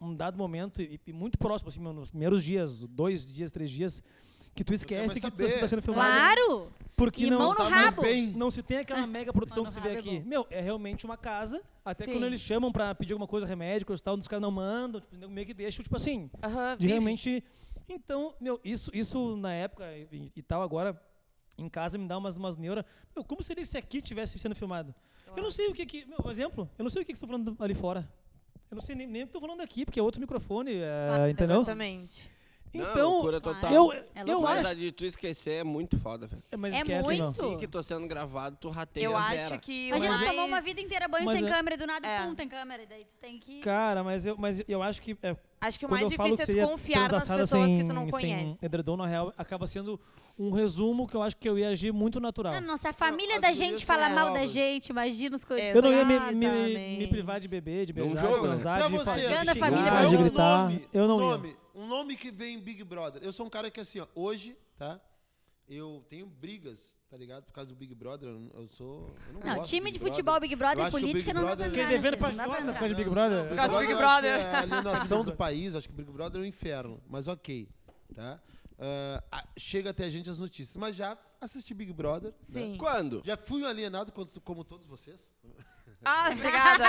um dado momento, e, e muito próximo, assim, meu, nos primeiros dias, dois dias, três dias, que tu esquece vai que tu saber. tá, tá sendo filmado. Claro! Porque E não, mão no tá mais rabo. bem. não se tem aquela mega produção que Ah, Mano, se vê rabo é aqui. bom. Meu, é realmente uma casa. Até Sim. quando eles chamam pra pedir alguma coisa, remédio, coisa e tal, os caras não mandam, tipo, meio que deixam, tipo assim, Aham, de vive. realmente. Então, meu, isso, isso na época e, e tal, agora em casa me dá umas, umas neuras. Meu, como seria se aqui tivesse sendo filmado? Eu não sei o que que. Meu, um exemplo, eu não sei o que que estão falando ali fora. Eu não sei nem, nem o que estão falando aqui, porque é outro microfone, é, Ah, entendeu? Exatamente. não, Então, loucura total. eu, É eu loucura. Mas acho. a de tu esquecer é muito foda, velho. É, Mas É esquece, muito. não. Sim que tô sendo gravado, tu rateia Eu a acho Vera. que. o Imagina, tu mais- tomou uma vida inteira banho Mas sem é- câmera e do nada, É. pum, tem câmera. E daí tu tem que... Cara, mas eu, mas eu acho que é, Acho que o quando mais eu falo difícil é seria tu confiar nas transaçada pessoas que tu não sem conhece. edredom, na real, acaba sendo um resumo que eu acho que eu ia agir muito natural. Não, não, se a família as da gurias são gente fala mal da novas. gente, imagina os coisas. eu não ia me, me- Exatamente. me privar de beber, de Num beijar, de jogo, né? transar, de, fa- de Propaganda xingar, família Qual é de padrão. o gritar. nome? eu não ia. nome, Um nome que vem em Big Brother. Eu sou um cara que, assim, ó, hoje, tá? Eu tenho brigas, tá ligado? Por causa do Big Brother. Eu, eu sou. Eu não, Não, gosto do time de Big futebol, Big Brother, Eu acho que o política, Big não dá Brother- pra é um entrar. Fiquei devendo nessa, não pra dá pra chorar por entrar. causa de Big Não, Brother. causa do Big eu acho que Brother. É a alienação do país. Acho que o Big Brother é um inferno. Mas ok, tá? Ah, ah, chega até a gente as notícias. Mas já assisti Big Brother. né? Sim. Quando? Já fui um alienado quanto- como todos vocês. Ah, obrigada.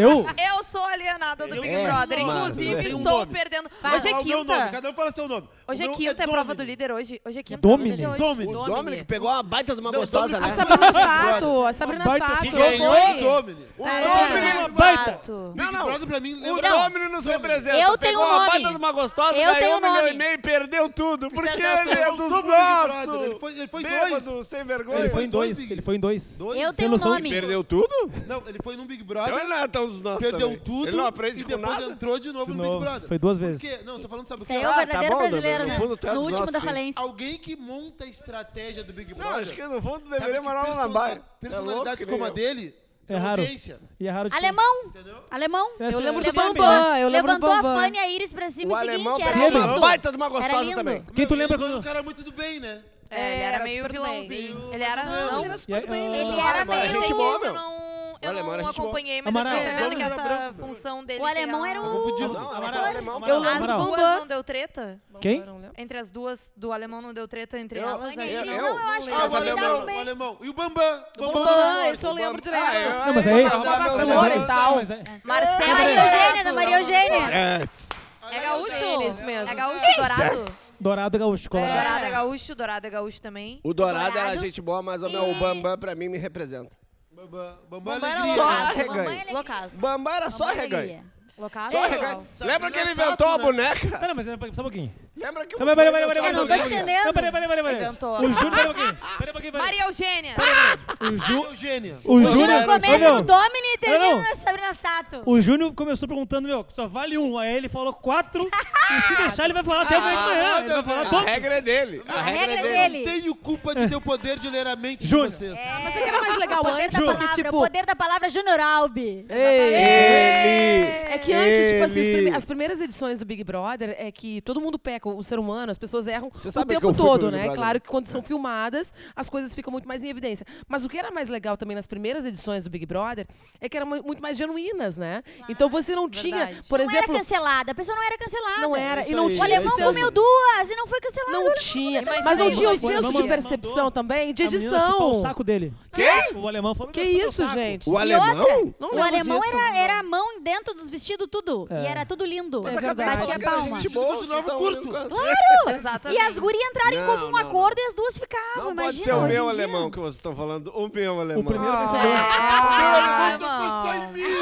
Eu? Eu sou alienada do Big É, Brother. mano. Inclusive, Tem um estou nome. perdendo. Fala. Hoje é Qual o meu nome? quinta. Cada um fala seu nome. O Hoje é meu quinta, é prova do Domini. líder hoje. Hoje é quinta. Domini. hoje é hoje. O Domini. Domini. Domini, que pegou uma baita de uma gostosa, né? A Sabrina Sato, a Sabrina Baita Sato. que Ganhou o Domini. O Domini é uma baita. Exato. Big Brother pra mim O lembra... Domino nos representa. Eu tenho Pegou um uma nome. baita de uma gostosa, Eu ganhou tenho um um milhão nome. e meio e perdeu tudo. Porque ele é dos Domini, nossos. brother. Ele foi- ele foi Bêbado, dois. sem vergonha. Ele foi em dois. Big. Ele foi em dois. Dois? Eu Tem tenho um noção de nome. Perdeu tudo? Não, ele foi num Big Então Brother, ele não é tão dos nossos perdeu também. tudo Ele não aprende e com depois nada. entrou de novo De no novo, Big Brother. foi duas Por vezes. quê? Não, tô falando, sabe o Isso que? aí Ah, é o tá verdadeiro bom, brasileiro, Dudu, né? no fundo tu é No dos último nossos, da sim. falência. Alguém que monta a estratégia do Big Não, Brother. acho que no fundo sabe deveria que morar lá na persona- Baia. Personalidades É louco que nem como a eu. dele, É da raro. audiência. E é raro de- Alemão! Entendeu? Alemão! Essa Eu lembro é- do Levantou, Bambam, eu lembro do levantou a Bambam. Fanny e a Iris pra cima O e o alemão seguinte, pegou era uma lindo. baita de uma gostosa era lindo. também. Quem tu Meu, lembra ele era quando- um cara muito do bem, né? É, ele Era era meio Superman. vilãozinho. Ele era. Não, Não, E é- é- Ele Agora, era Amaral meio... era gente isso boa, eu meu. não, O eu alemão era não gente boa. acompanhei, mas Amaral. eu fiquei sabendo que Amaral era essa branco. função dele. O alemão era Tá o... confundido. Ah, Não, ela Amaral, é alemão. Amaral, Eu lembro Amaral. As Bambam. duas não deu treta? Quem? Não lembro. Entre as duas do alemão não deu treta entre Eu- elas? é. Fanny e a Eu- Iris, eu- não, eu acho que eu Ah, elas o sabia se alemão, davam o bem. alemão. E o Bambam. Bambam, esse eu lembro direto. Ah, Não, mas aí- eu- Uma eu- vassoura eu- e tal. Mas é- Marcela Maria e né? Dourado. Eugênia, da Maria Eugênia. Antes. É gaúcho? Eles mesmo. É gaúcho, dourado? Dourado e Gaúcho. Colorado. Dourado é gaúcho, dourado é gaúcho também. O Dourado era Dourado. gente boa, mas o meu E- Bambam pra mim me representa. Bambam, Bambam, é Bambam era alegria. Só loucaço. arreganho. Mamãe alegria. Loucaço. Bambam era só Mamãe reganho. alegria. Loucaço? Só É. reganho. Sabe, Lembra que ele engraçado, inventou a né? boneca? Pera, mas pera, só um pouquinho. Lembra que o Pera, pera, pera, Bambam pera, inventou Eu a não tô boneca? entendendo. Não, pera, pera, pera, pera. Inventou. O Júlio, pera um pouquinho. Pera um pouquinho, pera. Maria Eugênia. O Ju... Maria Ah, Eugênia. O O Júnior Júnior começa no Ô, meu, Domini e Não, termina não. na Sabrina Sato. O Júnior começou perguntando, meu, só vale um. Aí ele falou quatro. e se deixar, ele vai falar até amanhã de manhã. Ele vai falar A todo. regra é dele. A A regra é regra dele. dele. Não tenho culpa de ter o poder de ler a mente de Júnior. vocês. Mas é que era mais legal Poder antes, da porque, palavra, tipo... o poder da palavra Júnior Albi. Ele! É que antes, tipo assim, as, Ele- prime- as primeiras edições do Big Brother é que todo mundo peca, o ser humano, as pessoas erram Você o sabe que tempo eu fui pro todo, Big né? Brother. É. Claro que quando são filmadas, as coisas ficam muito mais em evidência. Mas o que era mais legal também nas primeiras edições do Big Brother é que eram mu- muito mais genuínas, né? Então você não tinha, Verdade. por Não era exemplo. cancelada, a pessoa não era cancelada. Não era, Isso e não aí, O tinha. é alemão esse senso- comeu duas e não foi cancelado. Não tinha. Imagina Mas não isso. tinha o Quando a senso de mamãe percepção mandou também, de A menina chupou o edição. saco dele. Quem? O alemão falou Que "Meu, chupou o isso, saco." gente? O alemão? Não O lembro alemão disso. era, era a mão dentro dos vestidos, tudo. E É. era tudo lindo. Mas acabei de Batia falar que era palma. gente boa, vocês estavam brincando. Claro! Exatamente. E as gurias entraram Não, em comum não, acordo e as duas ficavam. Não pode imagina. ser o hoje meu em dia. alemão que vocês estão falando. O meu alemão. O primeiro que recebeu. Ah, Deus, irmão.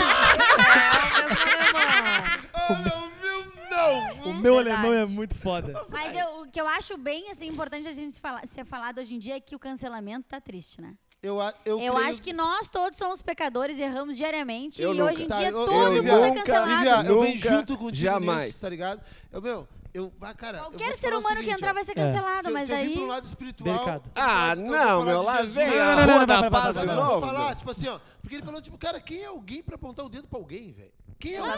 É, Ah, meu, meu, não. O meu Verdade. alemão é muito foda. Mas eu- o que eu acho bem assim, importante a gente falar, ser falado hoje em dia é que o cancelamento tá triste, né? Eu, a- eu, Eu, creio- acho que nós todos somos pecadores, erramos diariamente. Eu e nunca. hoje em Tá, dia eu- todo eu mundo é nunca- cancelado. Lívia, eu venho Nunca, junto contigo jamais. nisso, tá ligado? Eu, meu, eu, ah, cara, eu vou Qualquer te ser falar o humano que seguinte, entrar ó. vai ser É. cancelado, Se eu- mas se eu vir aí. pro lado espiritual... Delicado. Ah, eu vou não, falar meu. de Lá Jesus. vem Não, a não, não, Rua não, da para, para, Paz para, de para, Não, para. eu vou novo. falar, velho. tipo assim, ó. Porque ele falou, tipo, cara, quem é alguém pra apontar o dedo pra alguém, velho? Quem é alguém?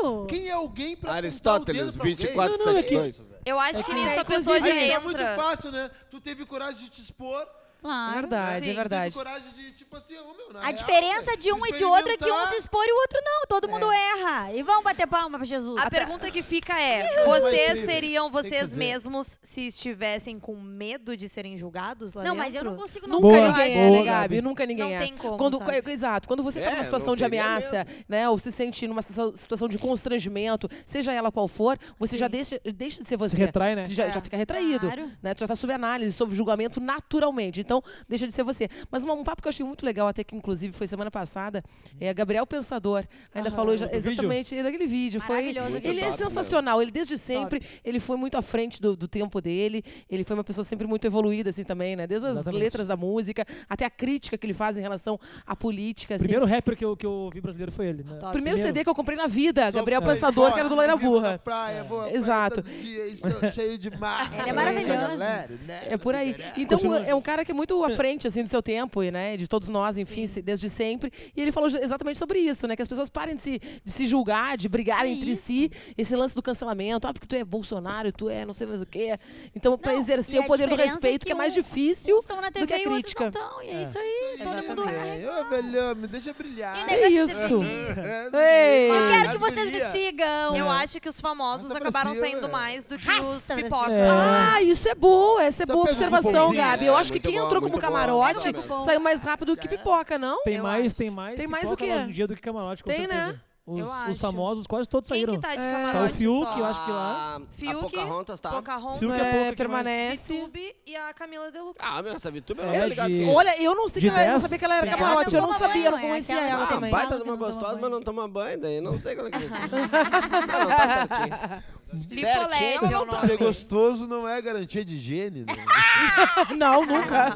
Claro! Quem é alguém pra apontar o Aristóteles, dedo pra alguém? 24, Não, não, é que- 72. Eu acho que nisso a inclusive, pessoa já Aí, tá muito entra. fácil, né? Tu teve coragem de te expor. É Claro. verdade, é Ah, Sim, verdade. Teve coragem de, tipo assim, ô, meu, na A real, diferença velho, de um se e de outro é que um experimentar. É. se expor e o outro não. Todo mundo erra. Terra e vamos bater palma pra Jesus. A pergunta que fica é: Mas vai vocês incrível. seriam Tem que vocês fazer. mesmos se estivessem com medo de serem julgados lá Não, dentro? mas eu não consigo não Nunca Boa. saber. ninguém é, Boa, né, Gabi? Gabi. Nunca ninguém Não é. tem como, Quando, sabe? exato. Quando você está É, numa não situação de seria ameaça, né? Ou se sente numa situação, situação de constrangimento, seja ela qual for, você já deixa, deixa de ser você. Se retrai, né? já, É. já fica retraído. Claro. Né? Tu já tá sob análise, sob julgamento naturalmente. Então, deixa de ser você. Mas uma- um papo que eu achei muito legal, até que inclusive foi semana passada, é Gabriel Pensador. Ainda falou já- Do vídeo? exatamente é daquele vídeo. Foi, Maravilhoso ele aquele é top, né? sensacional. Ele desde sempre, ele foi muito à frente do, do tempo dele. Ele foi uma pessoa sempre muito evoluída, assim, também, né? Desde as Exatamente. letras da música, até a crítica que ele faz em relação à política, assim. Primeiro rapper que eu, que eu ouvi brasileiro foi ele, né? Top. Primeiro primeiro- CD que eu comprei na vida, Sou Gabriel praia, Pensador, que bora, era do Ah, Loira vivo na Burra. É. Praia, vou à praia Exato. todo dia, isso é cheio de mar. Ele é maravilhoso. Galera, né? É por aí. Então, é um cara que é muito à frente, assim, do seu tempo, e, né? De todos nós, enfim, se- desde sempre. E ele falou ju- exatamente sobre isso, né? Que as pessoas parem de se, de se julgar, de brigar É entre si. Esse lance do cancelamento. Ah, porque tu é Bolsonaro, tu é não sei mais o quê. Então, pra Não, exercer e o a poder do diferença é respeito, que, que é mais um- difícil. Uns estão na TV do que a e outros não crítica. estão. E é isso aí, todo mundo é. Ô, velho, me deixa brilhar. E o Que negócio é ser isso? feliz. Ei! Eu quero que Ai, vocês me Maria. é sigam. um Eu acho que os famosos Nossa, acabaram Brasil, saindo velho. mais do que os Arrasta, pipocas. Brasil. É. Ah, isso é boa, essa é Só boa pega um observação, cupomzinho. Gabi. Eu É, acho que muito quem bom, entrou como muito bom. camarote Pega o cupom. saiu mais rápido que Já é. pipoca, não? Tem Eu mais, acho. tem mais. Tem mais o pipoca quê? lá No dia do que camarote, com Tem, né? certeza. Os, Eu os acho. famosos quase todos Quem saíram. que tá de É. camarote? Tá o Fiuk, só? né? eu acho que lá- A, Fiuk, a Pocahontas, tá? Pocahontas, Fiuk é pouco que permanece. YouTube e a Camila Deluca. Ah, meu, essa VTube é É mais legal. de- que- Olha, eu não sei que De ela eu não 10? sabia que ela era Ela camarote. Eu não toma sabia, eu não banho, é conhecia aquela ela que Ah, vai- também. baita de Fala que uma não toma gostosa, banho. mas não toma banho daí. Não sei qual é que é. Não, não tá certinho. Picolete é o Ser nome. gostoso não é garantia de higiene, né? Não, nunca.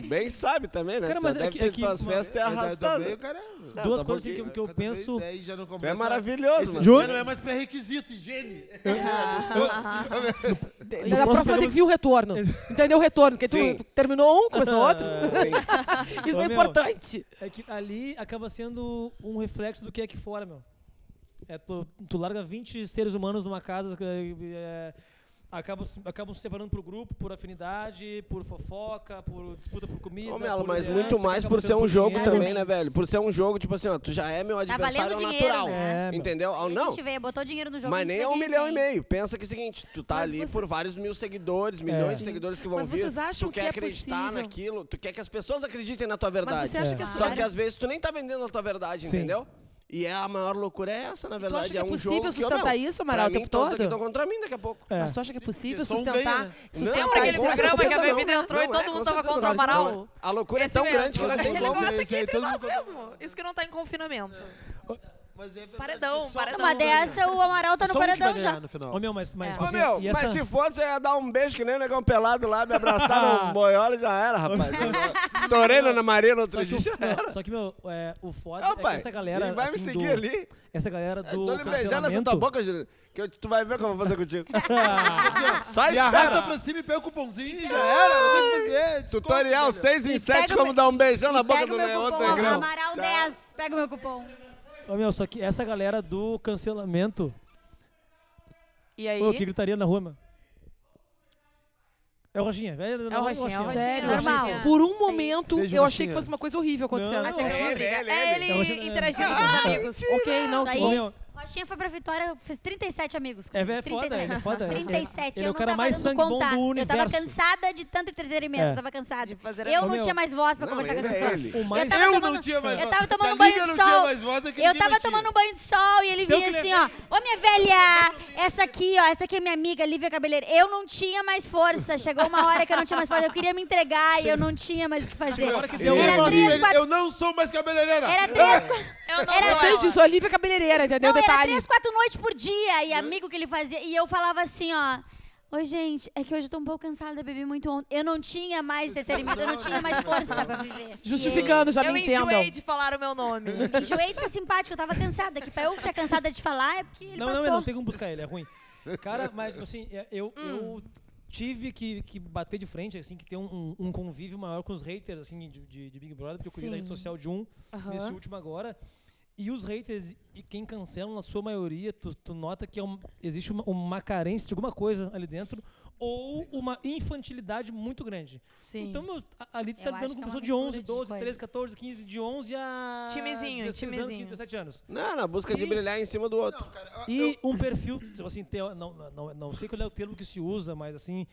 Bem sabe também, né? Cara, Tu mas já é deve que- ter é ido que pras uma- festas e Tá Mas arrastado. também o cara... é Duas só coisas assim porque- que, eu- que eu Cada vez penso. daí já não Tu é começa- maravilhoso, Esse mano. Júnior? não é mais pré-requisito, higiene. Na próximo Então, próxima tem programa- que vir o retorno. Entendeu? O retorno. Porque Sim. tu terminou um, começou Ah, Ah. outro. Sim. Isso é meu. importante. É que ali acaba sendo um reflexo do que é aqui fora, meu. É, tu, tu larga 20 seres humanos numa casa, é, é, acabam, se- acabam se separando por grupo, por afinidade, por fofoca, por disputa por comida. Ô, Melo, por mas herança, muito que mais acaba por ser sendo um jogo dinheiro. também, né, velho? Por ser um jogo, tipo assim, ó, tu já é meu adversário Tá valendo é dinheiro, natural. né? É, meu. Entendeu? Ou A não? gente vê, botou dinheiro no jogo. a Mas gente nem vê é um quem milhão tem. e meio. Pensa que é o seguinte, tu tá Mas ali você- por vários mil seguidores, milhões É. de seguidores que vão Mas vir. vocês acham tu que quer é acreditar possível? naquilo, tu quer que as pessoas acreditem na tua verdade. Mas você acha É. que é Só que sustentável? às vezes tu nem tá vendendo a tua verdade, Sim. entendeu? E é a maior loucura é essa, na Tu acha verdade. que é é um possível jogo que, ô, sustentar meu, isso, Amaral, o pra mim, tempo todos todo? aqui estão contra mim daqui a pouco. É. Mas tu acha que é possível só um sustentar, ganha, né? Não, sustentar Lembra com aquele esse certeza programa que a não, bebida não, entrou e não, todo é, mundo com tava certeza contra o não, Amaral? não é. A loucura é Esse tão mesmo. grande que não Não tem tem Esse como. negócio esse aqui aí, entre todo nós mundo- mesmo. Isso que não tá em confinamento. Mas é verdade, Paredão, só- Numa paredão. dessa, o Amaral tá no só um que vai paredão ganhar já. no final. Ô, meu, mas. mas É. Ô, assim, meu, e mas essa- se fosse, eu ia dar um beijo que nem o negão pelado lá, me abraçaram um boiola e já era, rapaz. Estourei na Ana Maria no outro Só que, dia. o, já era. não, só que, meu, é, o foda Ô, é que pai, essa galera. e vai assim, me seguir do- ali. É, Essa galera do. Tô lhe beijando essa cancelamento, tua boca, Júlio, que eu- tu vai ver o que eu vou fazer contigo. Sai, E arrasta pra espera. cima e pega o cupomzinho e já era. não tem o que fazer, desconto, Tutorial velho. 6 em E 7, pega o como meu- dar um beijão na boca Pega do o meu Leão cupom, Tegrão. Amaral 10. Pega o meu cupom. Ô, meu, só que essa galera do cancelamento. E aí? Ô, que gritaria na rua, meu. É o Roginha, velho. É o Roxinha, é o Roxinha. Sério, Normal. gente, Por um momento, Beijo, eu achei Roxinha. que fosse uma coisa horrível acontecendo. Não. Achei que É era uma ele, briga. ele, É ele. É o ele Roxinha. interagindo com os amigos. Ok, não, Ah, Isso tudo aí. Ô, bom. meu, Rochinha foi pra Vitória, eu fiz 37 amigos. É, comigo, é foda, é foda. 37, Ele é eu o não cara tava mais dando sangue bom contar. do Eu tava universo. cansada de tanto entretenimento, É. eu tava cansada. De fazer eu não amizade. tinha mais voz pra Não, conversar com as ele é pessoas. ele. O mais. tava Eu não tomando- tinha mais Eu voz. tava Se a tomando banho Lívia de não tinha sol. mais voz, é que eu ninguém tava mais tinha. tomando banho de sol e ele Seu vinha assim, ó. Clemente. Ô, minha velha, essa aqui, ó, essa aqui é minha amiga, Lívia Cabeleira. Eu não tinha mais força. Chegou uma hora que eu não tinha mais força. Eu queria me entregar e eu não tinha mais o que fazer. Chegou a hora que deu Era uma- três, um quatro... Eu não sou mais cabeleireira. Era três, quatro... Eu não Era sou Sei ela. disso, a Lívia é cabeleireira, entendeu? Não, era Detalhe. três, quatro noites por dia. E amigo que ele fazia. E eu falava assim, ó. Oi, gente, é que hoje eu tô um pouco cansada, bebi muito ontem. Eu não tinha mais determinado, eu não tinha mais força pra viver. Justificando, já Eu me entendam. enjoei de falar o meu nome. Enjoei de ser simpática, eu tava cansada. Que pra eu estar cansada de falar é porque ele Não, passou. não, não tem como buscar ele, é ruim. Cara, mas assim, é, eu, Hum. eu tive que, que bater de frente, assim, que ter um, um- um convívio maior com os haters, assim, de, de- de Big Brother, porque eu cuidei da Sim. rede social de um, Aham. nesse último agora. E os haters, e quem cancela, na sua maioria, tu, tu nota que é um- existe uma, uma carência de alguma coisa ali dentro, ou uma infantilidade muito grande. Sim. Então, meus, a- ali tu tá Eu acho lidando com que é pessoa uma de mistura 11, de 12, 13, coisas. 14, 15, de 11 a. 16 Timezinho, anos, timezinho. 15, 17 anos. Não, na busca de E- brilhar em cima do outro. Não, cara, eu- E um perfil, tipo assim, teo- não, não, não, não sei qual é o termo que se usa, mas assim.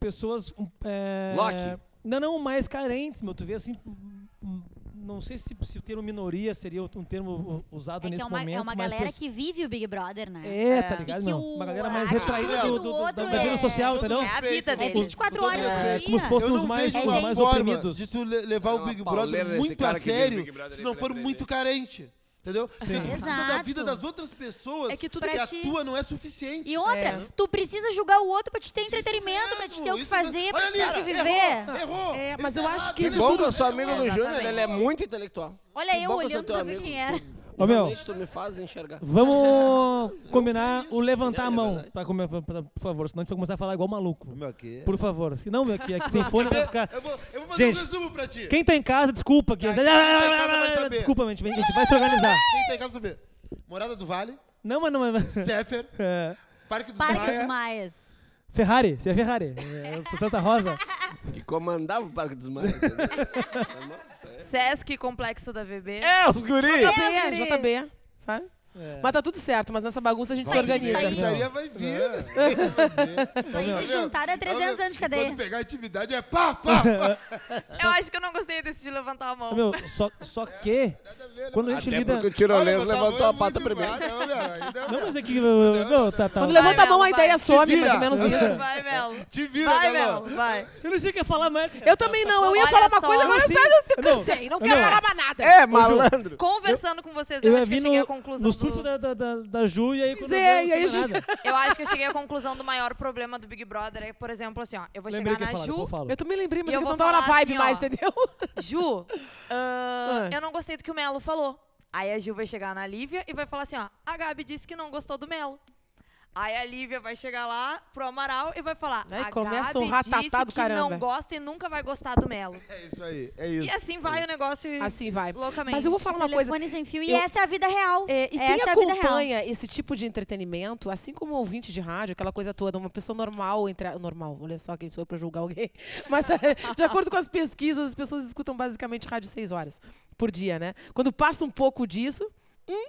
Pessoas. um, é, Loki. Não, não, mais carentes, meu. Tu vê assim. hum, Não sei se, se o termo minoria seria um termo u- usado É que nesse é uma, momento. é uma mas galera pessoas- que vive o Big Brother, né? É, tá E ligado? que não. o- uma galera a mais atitude retraída do, do do- do- outro da vida é- social, todo entendeu? É a vida respeito, deles. É 24 todo horas É, por respeito. dia. como se fossem Eu os não mais, vejo uma mais forma oprimidos. De tu le- levar É o uma Big pauleira Brother nesse muito cara a que vive o Big sério Brother, se não ele for vai muito carente. Entendeu? Porque tu precisa da Exato. vida das outras pessoas É que tudo pra a ti. tua não é suficiente. É E outra, tu precisa julgar o outro pra te ter entretenimento, pra te mesmo, ter o que isso mesmo. fazer, Olha pra te ter o ali, que errou, viver. Errou! É, mas Ele eu tá acho errado, que Que ele isso bom errou. que eu sou amigo do Exatamente. Júnior, ele é muito intelectual. Olha Que eu bom que eu sou olhando teu pra ver amigo. quem era. Ô, meu. Realmente tu me faz enxergar. Vamos combinar o levantar a É mão, verdade. pra, comer- pra- pra- por favor, senão a gente vai começar a falar igual maluco. Meu, que- Por favor, senão meu, aqui, aqui sem fone vai ficar... Eu vou, eu vou fazer Gente, um resumo pra ti. Quem tá em casa, desculpa. Que... Tá, quem tá em casa vai saber. Desculpa, a gente, a gente vai se organizar. Quem tá em casa saber. Morada do Vale, Não, mas não... Mas... Zephyr, É, Parque dos Parque dos Maia. Maias. Ferrari, você é Ferrari. É, eu sou Santa Rosa. Que comandava o Parque dos Mares. entendeu? Sesc Complexo da VB. é, os guris! JB, JB, sabe? É. Mas tá tudo certo, mas nessa bagunça a gente se Vai, isso organiza. aí. Secretaria vai vir. Isso aí se juntar é 300 anos Quando de cadeia. pegar atividade é pá, pá, pá. Eu acho que eu não gostei desse de levantar a mão. Meu, só, só que... Nada a ver, né? Quando a gente Até lida... porque o tirolês Olha, meu levantou tamanho a é pata muito primeiro. baixo, não, meu, ainda- Não, mas é que... Não, tá, tá. Quando levanta a Vai, mão, Melo, a vai. ideia some, Te mais ou vira. menos isso. Vai, Melo. Te vira, Vai, Melo. Melo, vai. Eu não sei o que falar mais. cara. Eu também não, eu ia Olha falar uma só. coisa, agora Sim. Não. eu cansei. Não quero Não. falar mais nada. É, malandro! Conversando com vocês, eu, Eu ia acho que eu vir cheguei à no, conclusão no surto do... da, da, da, da Ju e aí quando é, eu vi, e aí não a sabia gente- nada. Eu acho que eu cheguei à conclusão do maior problema do Big Brother é, por exemplo, assim, ó, eu vou Lembrei que chegar eu na falava, Ju, eu falo. Eu também lembrei, E mas eu é que vou não tava na falar vibe assim, ó. mais, entendeu? Ju, ah, Ah. eu não gostei do que o Melo falou. Aí a Ju vai chegar na Lívia e vai falar assim, ó, a Gabi disse que não gostou do Melo. Aí a Lívia vai chegar lá pro Amaral e vai falar, Aí a começa Gabi um ratatá disse do que caramba. não gosta e nunca vai gostar do Melo. É isso aí, é isso. E assim vai o negócio Assim vai. loucamente. Mas eu vou falar uma coisa. Telefone sem fio. E Eu- essa é a vida real. É, e quem essa é a vida real. acompanha esse tipo de entretenimento, assim como ouvinte de rádio, aquela coisa toda, uma pessoa normal, entre a- normal, olha só quem sou eu pra julgar alguém, mas é, de acordo com as pesquisas, as pessoas escutam basicamente rádio seis horas por dia, né? Quando passa um pouco disso, hum,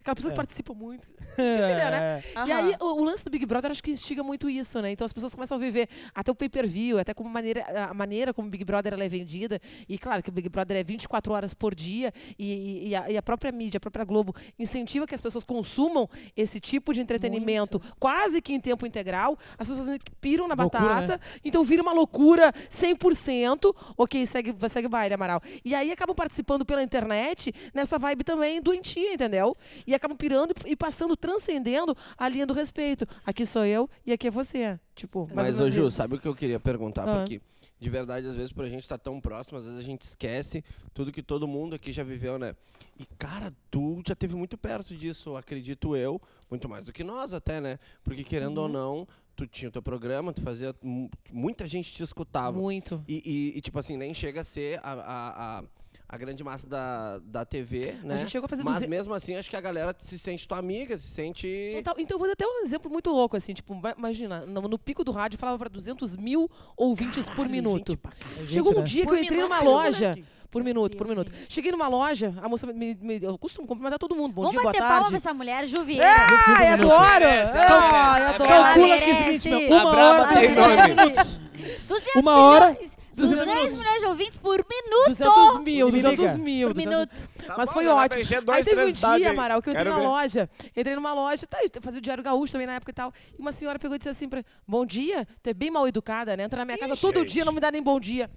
aquela pessoa que participa muito. Entendeu, né? É. E Aham. aí, o, o lance do Big Brother acho que instiga muito isso, né? Então as pessoas começam a viver até o pay-per-view, até como maneira, a maneira como o Big Brother ela é vendida. E claro que o Big Brother é 24 horas por dia e, e- e a, e a própria mídia, a própria Globo, incentiva que as pessoas consumam esse tipo de entretenimento quase que em tempo integral. As pessoas piram na Loucura, batata, então vira uma loucura 100%. Ok, segue, segue o baile, Amaral. E aí acabam participando pela internet nessa vibe também doentia, entendeu? E acabam pirando e passando, transcendendo a linha do respeito. Aqui sou eu e aqui é você. Tipo, mais ou Mas, ô menos Ju, isso. sabe o que eu queria perguntar? Ah. Porque, de verdade, às vezes, por a gente estar tão próximo, às vezes a gente esquece tudo que todo mundo aqui já viveu, né? E, cara, tu já teve muito perto disso, acredito eu, muito mais do que nós até, né? Porque, querendo ou não, tu tinha o teu programa, tu fazia... mu- Muita gente te escutava. Muito. E, e- e, tipo assim, nem chega a ser a... a- a- a grande massa da, da TV, né? gente chegou a fazer Mas 200 mesmo assim, acho que a galera se sente tua amiga, se sente. Total. Então eu vou dar até um exemplo muito louco, assim, tipo, vai- imagina, no, no pico do rádio falava pra 200 mil ouvintes por minuto. Chegou um né? dia que Por eu entrei minuto, numa moleque. loja. Por minuto, por Deus, minuto. Cheguei numa loja, a moça me. me- eu costumo cumprimentar todo mundo. Bom Vamos dia, boa bater tarde. É, palma pra essa mulher, Juviera. Ai, adoro! Ai, merece. adoro! Ela Calcula que é o merece. seguinte, meu, A uma braba hora... tem nome. 200 Uma hora, tá milhões, 200 200 minutos. milhões de ouvintes por minuto. 200 mil, Me liga. 200 mil. Então, Por 200 minuto. Tá Mas bom, foi já dá pra ótimo. encher dois, Aí teve um três cidades dia, aí. Amaral, que eu entrei Quero ver. numa loja. Entrei numa loja, tá, eu fazia o Diário Gaúcho também na época e tal. E uma senhora pegou e disse assim pra bom dia, tu é bem mal educada, né? Entra na minha casa todo gente. dia, não me dá nem bom dia.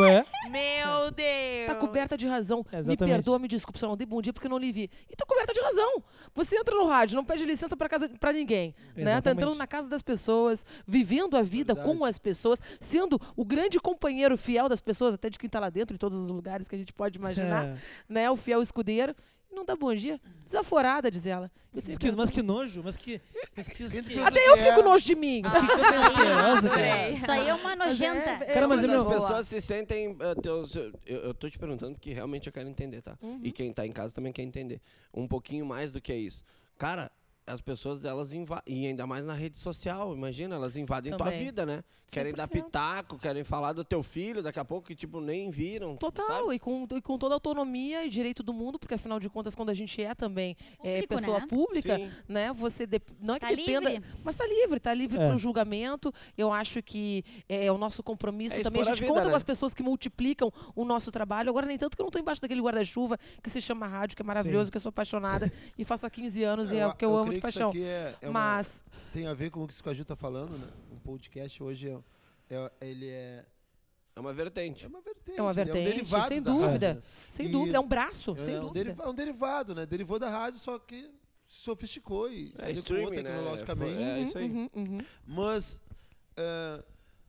Ué? Meu Deus! Tá coberta de razão. Exatamente. Me perdoa, me desculpa, só não dei bom dia porque eu não lhe vi. E tá coberta de razão. Você entra no rádio, não pede licença pra casa para ninguém, né? Tá Exatamente. entrando na casa das pessoas, vivendo a vida com as pessoas, sendo o grande companheiro fiel das pessoas, até de quem tá lá dentro, em todos os lugares que a gente pode imaginar, É. né? O fiel escudeiro. E Não dá bom dia. Desaforada, diz ela. Eu Mas tenho que, mas que nojo, mas que... Mas que, Quem que- pensa Até- que Eu é? fico nojo de mim. Ah, que coisa asquerosa, cara. adorei. Isso aí é uma nojenta. é- Cara, mas Quando meu... as pessoas se sentem. eh, teus- eu, eu tô te perguntando porque Uhum. realmente eu quero entender, tá? E quem tá em casa também quer entender. Um pouquinho mais do que é isso. Cara, as pessoas, elas invadem, e ainda mais na rede social, imagina, elas invadem tua Também. vida, né? Querem dar 100%. pitaco, querem falar do teu filho, daqui a pouco, que tipo, nem viram. Total, sabe? e com, e com toda a autonomia e direito do mundo, porque afinal de contas, quando a gente é também é, Público, pessoa né? pública, Sim. né? Você dep- não é que Tá dependa, livre. mas tá livre, tá livre É. para o julgamento. Eu acho que é o nosso compromisso É também. A expor a gente vida, conta né? com as pessoas que multiplicam o nosso trabalho. Agora nem tanto que eu não tô embaixo daquele guarda-chuva que se chama rádio, que é maravilhoso, que eu sou apaixonada e faço há 15 anos e é o que eu, amo creio de que paixão. Isso aqui é, é uma- mas tem a ver com o que o Caju tá falando, né? Um podcast hoje é, é- ele é, É uma vertente. é uma vertente. é ele uma um vertente, derivado sem da dúvida, rádio, né? sem E- dúvida, é um braço, É, sem é um dúvida. deriva- é um derivado, né? Derivou da rádio, só que se sofisticou e se É, adequou streaming, né? tecnologicamente. É, isso aí. Uhum, uhum. Mas ah,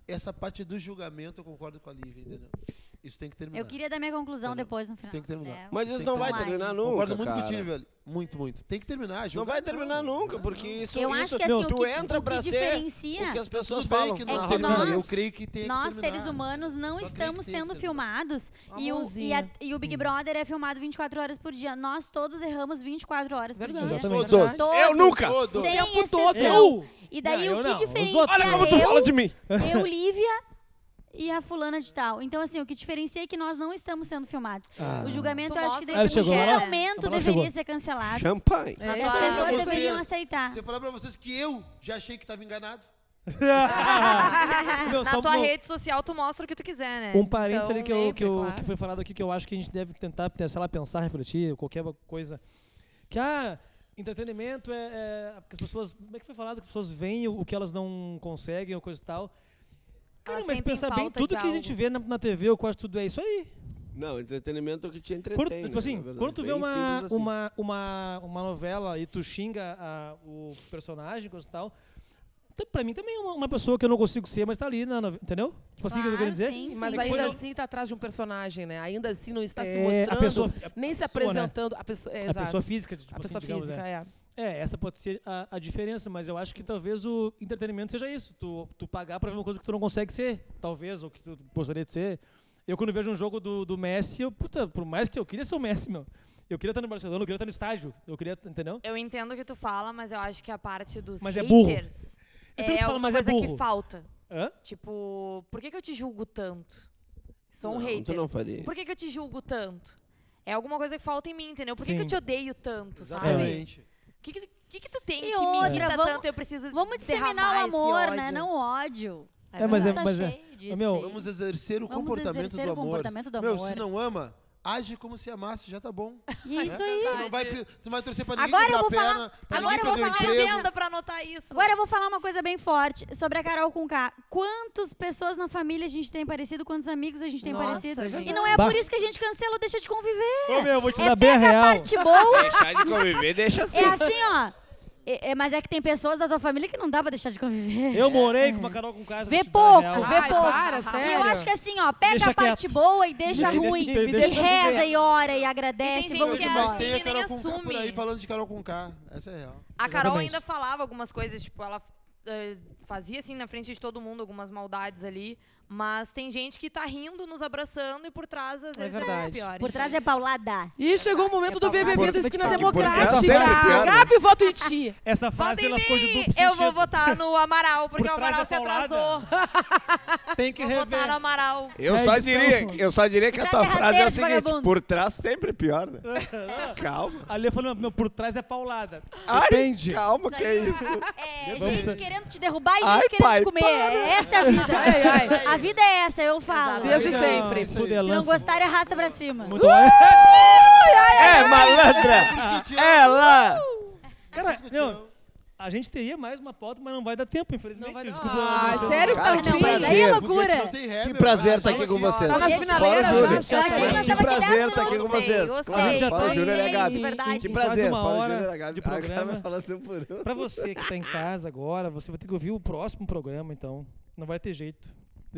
essa parte do julgamento eu concordo com a Lívia, entendeu? Isso tem que terminar. Eu queria dar minha conclusão Entendeu? depois no final. Tem que terminar. É, Mas eu- isso não vai Online. terminar nunca, Concordo muito cara. contigo, velho. Muito, muito. Tem que terminar. Não julgamento vai terminar nunca, porque isso, Eu isso acho que assim, tu o que, entra o que pra ser diferencia... o que as pessoas Tudo bem falam. que É não que termina. nós- eu creio que tem Nós, que terminar. seres humanos, não Só tem que estamos ter que sendo terminar. filmados A e o, e, mãozinha. a- e o Big Brother é filmado 24 horas por dia. Nós todos erramos 24 horas Verdade. por dia. Exatamente. Todos. Todos, Eu nunca! Todo. Sem tempo exceção. todo. Eu! E daí Não, o eu que não. Os diferencia outros. Olha como tu eu, fala de mim! eu, Lívia e a fulana de tal. Então, assim, o que diferencia é que nós não estamos sendo filmados. Ah. O julgamento, Tu eu acho que mostra Ah, deve, o chegou lá? julgamento Ela chegou. deveria ser cancelado. Champanhe. É, As Ah, pessoas vocês. deveriam aceitar. Se eu falar pra vocês que eu já achei que tava enganado, Meu, Na só tá, tua uma- rede social, tu mostra o que tu quiser, né? Um parênteses Então, ali que, eu, que, eu- lembra, claro. que foi falado aqui que eu acho que a gente deve tentar, sei lá, pensar, refletir, qualquer coisa. Que, ah, entretenimento é. é que as pessoas. Como é que foi falado? Que as pessoas veem o, o que elas não conseguem ou coisa e tal. Cara, Elas mas sentem pensar bem, falta tudo de que a gente algo. vê na, na TV ou quase tudo é isso aí. Não, entretenimento é o que te entretém. Quando, né, tipo assim, na verdade. quando tu vê Bem uma, simples assim. uma, uma, uma novela e tu xinga a- o personagem, coisa e tal. t- Pra mim também é uma, uma pessoa que eu não consigo ser, mas tá ali na novela, entendeu? Tipo assim, o que eu quero Claro, dizer? Ah, sim, sim. Mas Foi ainda no- assim tá atrás de um personagem, né? Ainda assim não está se É, a mostrando, pessoa- a nem pessoa, se né? apresentando. A pessoa, é, a exato. pessoa física, tipo a assim, pessoa digamos, né? física, é. É, essa pode ser a, a diferença, mas eu acho que talvez o entretenimento seja isso. Tu, tu pagar pra ver uma coisa que tu não consegue ser, talvez, ou que tu gostaria de ser. Eu, quando vejo um jogo do, do Messi, eu, puta, por mais que eu queria ser o Messi, meu. Eu queria estar no Barcelona, eu queria estar no estádio. Eu queria, entendeu? Eu entendo o que tu fala, mas eu acho que a parte dos Mas é burro. haters Eu entendo o que tu fala, alguma mas é coisa que burro. falta. Hã? Tipo, por que, que eu te julgo tanto? Sou um não, hater. Tu não faria. Por que, que eu te julgo tanto? É alguma coisa que falta em mim, entendeu? Por que, que eu Sim. te odeio tanto, sabe? exatamente. O que, que, que que tu tem E que me outra, irrita vamos- tanto? Eu preciso Vamos disseminar o derramar esse amor, ódio? né? Não o ódio. É, mas tá verdade. mas é- cheio disso. meu, aí. Vamos exercer o Vamos comportamento exercer do o amor. comportamento do Meu, amor. se não ama, age como se amasse, já tá bom. E é isso aí. Tu não vai, pe- tu não vai torcer pra ninguém Agora quebrar eu vou a perna, falar- pra agora ninguém eu vou perder o falar- emprego. agenda pra anotar isso. Agora eu vou falar uma coisa bem forte sobre a Carol com K. Quantas pessoas na família a gente tem parecido, quantos amigos a gente tem Nossa, parecido. é verdade. e não é Bah. por isso que a gente cancela ou deixa de conviver. Ô, meu, eu vou te é dar bem a pega real. parte boa, Deixar de conviver, deixa assim. é assim, ó. É- é- mas é que tem pessoas da tua família que não dá pra deixar de conviver. Eu morei com uma Carol com casa. Vê pouco, Ah, vê Ai, pouco. para, E eu sério? acho que assim, ó, pega Deixa a parte quieto. boa e deixa Me- me- ruim. me- me e deixa reza viver. e ora e E agradece tem e gente vamos que é embora. Mas tem a Ninguém nem Carol Conká por aí assume. falando de Carol Conká. Essa é real. A Carol Exatamente. ainda falava algumas coisas, tipo, ela eh, fazia assim na frente de todo mundo algumas maldades ali, mas tem gente que tá rindo, nos abraçando e por trás às vezes é, verdade. pior. Por trás é paulada. E chegou o momento do BBB da Esquina Porque- porque Democrática. ela sempre piora. Gabi, voto em ti. Essa Vota frase em ela ficou de mim! duplo Eu sentido. vou votar no Amaral, porque Por o trás Amaral da se paulada. atrasou. Tem que Vou votar no rever. Amaral. Eu É só, edição, diria, pô. eu só diria que a Trata tua rasteiro frase é a de seguinte: vagabundo. por trás sempre pior, né? Calma. Ali eu falei, meu, por trás é paulada. Ai, Depende. Calma, que é isso. É, Vamos gente ser- querendo te derrubar e gente Ai, querendo pai, te comer. para. Essa é a vida. Ai, ai. A vida é essa, eu falo. Exato. Desde Não, sempre. isso aí. Fuder, Se não lança. gostar, arrasta pra cima. Muito bom. É, malandra! É Ela! Cara, Discutiu. não, a gente teria mais uma pauta, mas não vai dar tempo, infelizmente. Não vai dar. Desculpa. Ah, Luciano. sério que tá Cara, Ah, que não, mas fim? aí é prazer. loucura. Não tem rap, Que prazer mas estar aqui fala assim, com vocês. Tá na Fora, finaleira já. Júlia. Eu achei que nós Que um tava aqui prazer 10 estar aqui com minutos. Gostei, vocês. gostei. A gente já Fora, tá Júlia e a em- Gabi. de verdade. é Que em quase prazer. é uma Fora, hora Júlia e a Gabi. de Agora vai programa. falando por um. Pra você que tá em casa agora, você vai ter que ouvir o próximo programa, então. Não vai ter jeito.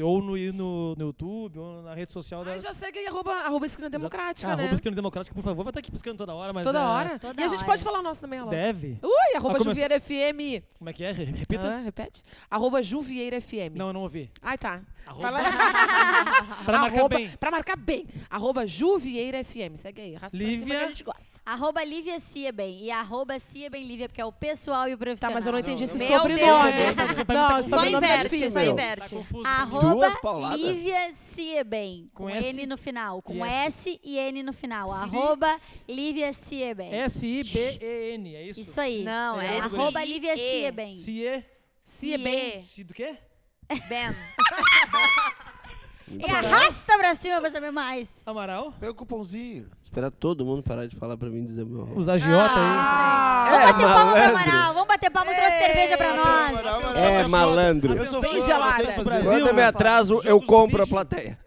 Ou no, no, no YouTube, ou na rede social da. Ah, Ai, já segue aí, arroba, arroba esquina democrática, Arroba né? Esquerda Democrática, por favor, vai estar aqui piscando toda hora, mas. Toda é, hora. Tá Toda e a gente hora. pode falar o nosso também, Alô. Deve. Ui, arroba Né? Vai começar- Juviera FM. Como é que é? Re- Repita? Ah, repete. Arroba Juvieira FM. Não, eu não ouvi. Ai, tá. Arroba. Vai lá. Pra marcar arroba, bem. Pra marcar bem. Arroba Juvieira FM. Segue aí. Arrasta pra cima Lívia. que a gente gosta. Arroba Lívia Cieben. E arroba Cieben Lívia, porque é o pessoal e o Tá, profissional. mas eu não entendi Não, esse não. sobrenome. Meu Deus. É, tá- Não, tá- Só sobrenome é inverte, só difícil. Tá inverte. confuso. tá confuso. Arroba Duas pauladas? Lívia Cieben. Com Com, S? N no final. Com E S. S. e N no final. Ci- Arroba Lívia Cieben. S-I-B-E-n, é isso? Isso aí. Não, É, é Arroba I- Lívia E. Cieben. Cie. Se é bem. Ci do quê? Ben. E arrasta pra cima pra saber mais. Amaral? Pega o cupomzinho. Esperar todo mundo parar de falar pra mim e dizer meu arroba. Os agiota Vamos bater palma pra malandro. Amaral. Vamos bater palma. Trouxe cerveja pra nós. Amaral, Amaral, É Amaral. malandro. Eu sou fã, Bem gelada. eu tenho que fazer. Brasil. Quando eu me atraso, eu Jogos do compro a bicho. plateia.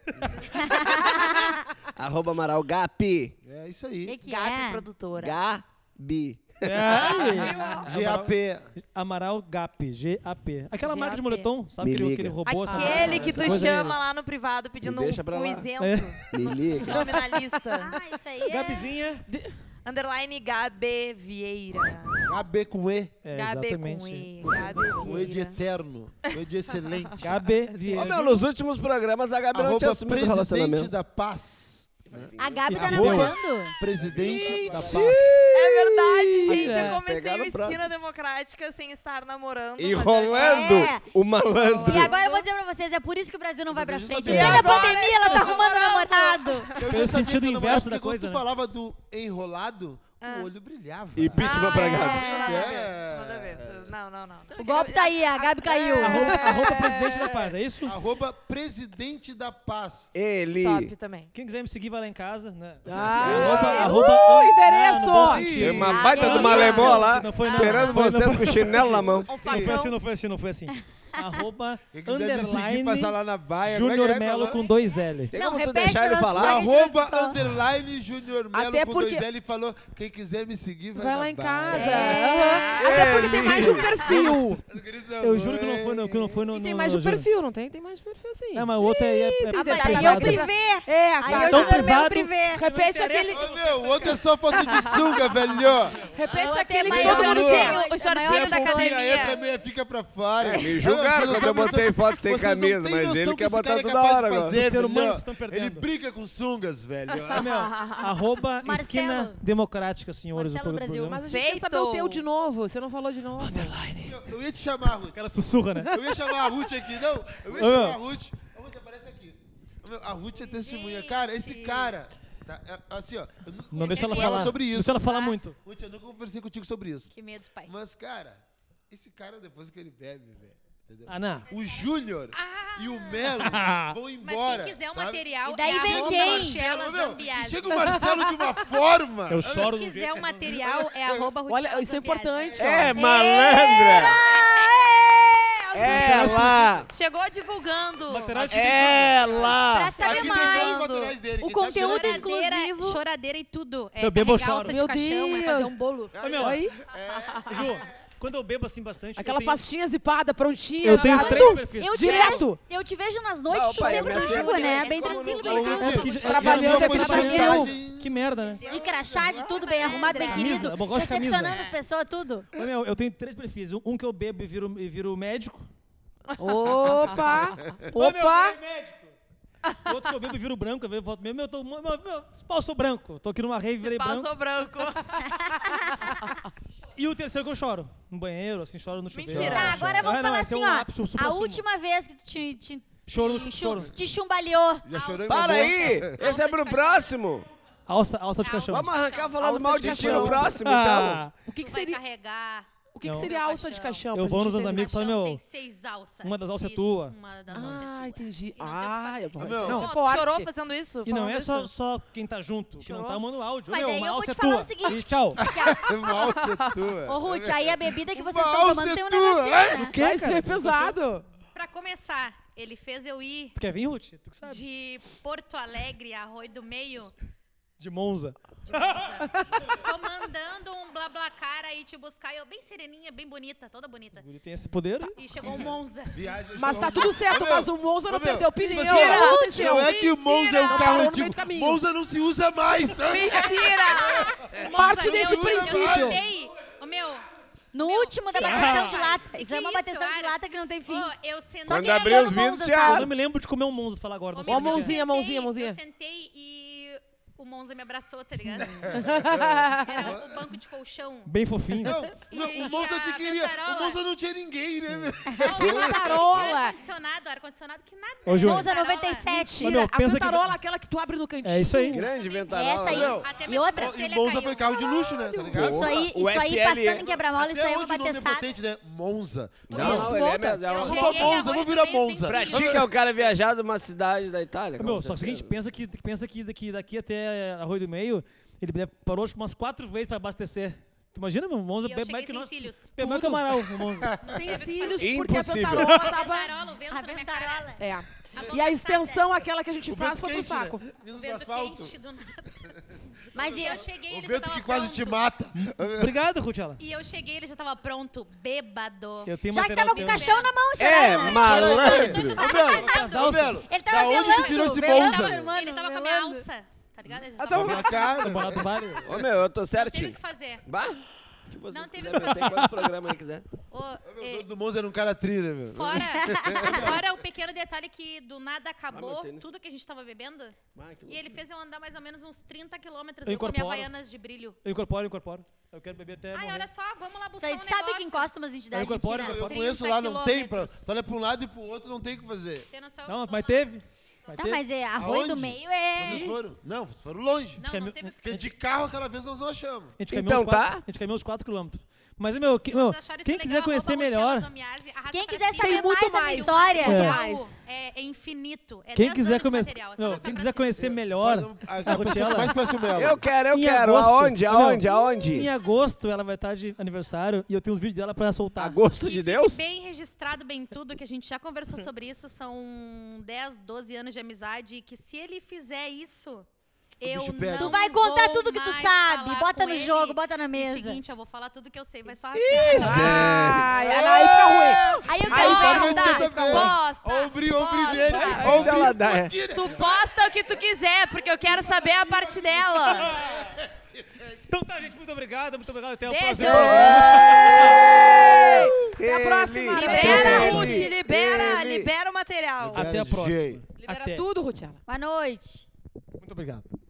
Arroba Amaral Gapi. É isso Que aí. que Gabi, é? produtora. Gabi. É, É aí. Amaral- GAP. Amaral Gap, G-A-P. Aquela G-A-P. marca de moletom, sabe Me aquele, liga. aquele robô? essa- Aquele que essa tu coisa? chama lá no privado pedindo Me deixa pra um, um lá. isento. É. Me liga. Nome na lista. Ah, isso aí é... Gapzinha. Underline Gabi Vieira. AB com E. É, Gabi com exatamente. E. Gabi Com E de Vieira. eterno. Com E de excelente. Gabi Ô, Vieira. meu, nos últimos programas a Gabi não tinha Arroba assumido o presidente relacionamento. da paz. A Gabi tá Arroba- namorando? Presidente da paz. É verdade, gente. Vieira. Eu comecei Pegaram o o prato. Esquina Democrática sem estar namorando. mas Enrolando É. o malandro. E agora eu vou dizer pra vocês, é por isso que o Brasil não vai pra Mas deixa eu frente. saber. Em plena E agora? é pandemia, ela tá arrumando namorado. Eu Fez já sabia sentido que eu namorava, inverso da porque quando coisa, tu né? falava do enrolado, Ah. o olho brilhava. Impeachment Ah, pra Gabi. agora- Nada a ver, É. nada a ver, vocês- Não, não, não. não. O golpe tá aí, a Gabi caiu. Arroba, arroba presidente da paz, é isso? Arroba presidente da paz. Ele. Top também. Quem quiser me seguir, vai lá em casa, né? Ah. arroba, é Ui, arroba, endereço! Não, não vou sentir. Tem uma Ah, baita não, de uma lemoa lá, não foi não. esperando Não foi, não vocês foi. com o chinelo na mão. O Não foi assim, Flavião. não foi assim, não foi assim. Arroba Quem quiser me seguir, underline passa lá na baia. Como é que é Júnior que Melo falou? com dois L. Tem Não, como tu repete deixar ele pra nós, falar? vai. Arroba underline Júnior Melo Até com porque- dois L falou: quem quiser me seguir, vai, Vai na lá em baia. casa. Aham. Até porque tem mais de um perfil. Eu juro que não foi, não, que não foi no. E tem no- mais de no um juro. perfil, não tem? Tem mais de um perfil, sim. Não, mas o outro aí é. é- Ah, é mas tá aí é o privado. privê. É, Aí tá. é o Então, Júnior Melo privado- privê. Repete aquele, Ô meu, o outro é só foto de sunga, velho. repete Ah, aquele que Mas Tem todo a mundo lua. tinha. o shortinho um Minha da bombinha entra, academia. meia fica pra fora. É, me julgaram Vocês quando eu não botei são- foto sem vocês não camisa, mas têm noção ele que quer esse botar cara é tudo capaz na de hora agora. fazer, Os seres humanos velho. estão perdendo. Ele briga com sungas, velho. Ah, meu, arroba Marcelo. esquina democrática, senhores. Marcelo do Brasil, programa. Mas a gente quer saber o Feito. teu de novo. Você não falou de novo. Eu ia te chamar, Ruth. O cara sussurra, né? Eu ia chamar a Ruth aqui, não? Eu ia Ah. chamar a Ruth. A Ruth aparece aqui. A Ruth é testemunha. Cara, esse cara. tá, é, assim, ó. Eu nunca Não deixa ela conversei com falar. é sobre isso. Deixa ela falar muito. Ruth, eu nunca conversei contigo sobre isso. Que medo, pai. Mas, cara, esse cara, depois que ele bebe, velho. Entendeu? Ana. O Júnior Ah. e o Melo vão Mas embora. quem quiser o sabe? material, E daí é vem arroba quem? Marcela Meu, Zambiasi. e chega o Marcelo de uma forma. Eu choro Quem do quiser jeito. o material, é arroba Olha, Ruchela isso é Zambiasi. importante. ó. É malandra! É, Ela! Chegou um- divulgando. Laterais de- Pra Ela! saber Aqui tem todos os mais. materiais dele, O quem sabe conteúdo é dele. Choradeira, exclusivo. Choradeira e tudo. É Eu bebo, eu carregar choro. alça Meu de caixão, é fazer Deus. um bolo. Ô, meu, Aí, Ju, quando eu bebo assim bastante. eu aquela tenho- pastinha zipada, prontinha. Eu tenho já- um três Tum! perfis. Eu te, Direto. vejo, eu te vejo nas noites, Não, tu pai, sempre minha comigo, filha- né? é Bem como tranquilo, não- bem não- tudo. É, porque já- Trabalhando, já- é porque trabalhando. trabalhou. Que merda, né? De crachá, de tudo bem arrumado, bem Camisa, querido. eu gosto de camisa. Recepcionando as pessoas, tudo. Ô, meu, eu tenho três perfis. Um- Um que eu bebo e viro, e viro médico. Opa! Ô, meu, Opa! virei médico. O outro que eu bebo e viro branco. Eu bebo, e volto mesmo. Eu tô, meu, meu, meu, esse pau, eu sou branco. Tô aqui numa rave, virei É branco. Passou branco. E o terceiro que eu choro. No banheiro, assim, choro no chuveiro. Mentira. Choro. Tá, agora vamos Ah, não, falar esse é assim, um ó. ápice, o supra A sumo. última vez que tu te, te, Choro no te chu- chum- choro. te chumbaleou. Já chorei Para muito. aí! Esse é pro próximo! Alça, alça de caixão. Vamos arrancar falando Alça mal de de ti no cachorro. próximo, então. Ah, O que, que Vai seria, carregar. o que, que Não. seria alça de caixão? Eu pra vou gente nos meus entender? amigos e falo, meu, Caixão tem seis alças. uma das alças é E tua. Uma das alças é Ah, tua. entendi. E não tem o que Ah, fazer. eu vou. Não. isso Não, é Não, tu forte. chorou fazendo isso? E não Falando é só, isso? só quem tá junto, que não Chorou? tá mandando áudio. Mas meu, daí uma eu vou alça te é falar tua. o seguinte. E tchau. Que a- Mal ser é tua. Ô, Ruth, aí a bebida que vocês Uma estão alça tomando tem um é tua. negocinho, né? Vai ser pesado. Pra começar, ele fez eu ir Tu quer vir, Ruth? Tu que sabe. de Porto Alegre a Arroio do Meio de Monza. de Monza. Tô mandando um blablacar aí te buscar. E eu bem sereninha, bem bonita, toda bonita. O guri tem esse poder. Tá. E chegou o Monza. Viagem Mas tá tudo certo, Ô, meu, mas o Monza ô, meu, não perdeu o se pneu. você- Era útil. Não é que o Monza é um Mentira, carro parou no antigo. meio do caminho. Monza não se usa mais. sabe? Mentira! Monza, é Parte desse eu, Eu princípio. tentei. Ô, meu. No Meu, último da que bateção de isso, lata. cara? Isso é uma Que isso, bateção de cara? lata que não tem fim. Ô, eu sentei. Só Quando quem é abrir os dono do vidros, Monza já sabe. Eu não me lembro de comer um Monza falar agora. Não Ó, sei por quê. mãozinha. mãozinha, sentei- mãozinha. Eu sentei e o Monza me abraçou, tá ligado? Era o banco de colchão. Bem fofinho. Não, E não, o Monza a te queria. Ventarola? O Monza não tinha ninguém, né? meu? Ventarola. Ar-condicionado, ar-condicionado que nada. Ô, Júnior. Monza Ventarola. 97. Mentira, Ô, meu, a pensa que- cantarola, aquela que tu abre no cantinho. É isso aí. Grande ventarola. Essa aí. né? Até E minha outra. E sobrancelha Monza caiu. foi carro de luxo, né? Tá ligado? Isso aí, O isso aí SL, passando é. em quebra-mola, isso aí Até é uma hoje o nome é bateçada. potente, né? Monza. Não, ele é mesmo. é Eu uma- Vamos cheguei pra a Monza, vamos oito virar meses Monza. sem Pra sentido. ti que é o cara viajar de uma cidade da Itália. Ô, com Meu, só que é o certeza. seguinte, pensa que, pensa que daqui, daqui até Arroio do Meio, ele deve- parou acho que umas quatro vezes pra abastecer. Tu imagina, meu, o Monza E eu bebe cheguei mais que sem nós. cílios. Bebe mais que o Amaral, o Monza. É Sem cílios, Impossível. porque a cantarola tava... Ventarola, o vento A na minha cara. ventarola. É. mão E a tá extensão, aquela que a gente O faz, vento foi pro quente, né? saco. Vindo O do vento asfalto. quente do nada. Mas E eu, eu cheguei, O ele já vento tava que quase te pronto. mata. Obrigado, Ruchela. E eu cheguei, ele já tava pronto, bêbado. Eu tenho já que material um tava com o teu. caixão na mão, É, senhora. malandro. Ô, Belo, ô, Belo, Ele da tava onde tu velando, tirou esse velando, Monza? irmão. Mano, ele tava com a minha Leandro. alça, tá ligado? Ele já Eu tava tava- Pra cá, O Bonato Vale. Ô, meu, eu tô Não teve o certinho. que fazer. Bah, que Tipo, vocês Não teve o que quiserem, eu sei fazer. quantos programas aí quiser. Ô, O eh, dono do Monza era um cara trilha, meu. fora, fora o pequeno detalhe que do nada acabou tênis. tudo que a gente tava bebendo. Bah, que E ele fez eu andar mais ou menos uns 30 quilômetros Eu eu com a minha incorporo. É né? Havaianas de brilho. Eu incorporo, eu incorporo. Eu quero beber até Ai, morrer. olha só, vamos lá Isso buscar aí, um tu sabe que negócio. encosta é umas Eu entidades incorporo, mentira. Eu 30 conheço lá, não tem. Pra, quilômetros. tu olha pra um lado e pro outro, não tem o que fazer. Tem noção? Não, mas teve. Mas Tá, teve. mas é, arroio do Aonde? meio é... Vocês foram? Não, vocês foram longe. é Não, não teve o que Porque de carro aquela vez nós não achamos. A gente caminhou Então uns quatro- tá. A gente caminhou uns 4 km. Mas, meu, que- Se meu, vocês acharam isso quem legal, quiser conhecer arroba melhor, Montiela Zomiase, arrasta Quem pra quiser cima. é saber Tem mais muito da minha mais. história... É. Real, É, é infinito. É quem 10 quiser, anos de come- material, é só meu, arrastar quem pra quiser cima. conhecer melhor, A, a pessoa Coachella? que mais conhece o Melo. Eu quero, eu Em quero. agosto- Aonde? Ô, meu, Aonde? em Aonde? agosto ela vai estar de aniversário e eu tenho os vídeos dela pra soltar. Agosto Que de Deus? fique bem registrado, bem tudo, que a gente já conversou Uhum. sobre isso. São 10, 12 anos de amizade. E que se ele fizer isso, eu bicho pega. não Tu vai contar vou tudo que tu mais sabe. falar Bota com no ele. jogo, bota na E mesa. seguinte, eu vou falar tudo que eu sei, vai só arrastar. Ai, aí fica ruim. Aí eu Aí quero vai ver. contar. Bosta! Ombri, ombri dele. Onde ela dá? é? Tu posta o que tu quiser, porque eu quero saber a parte dela. Então tá, gente, muito obrigado, muito obrigado. Até o Beijo. próximo. Até a próxima. Libera, Ruth, libera, libera o material. Até a DJ. próxima. Libera Até. tudo, Ruchela. Boa noite. Muito obrigado.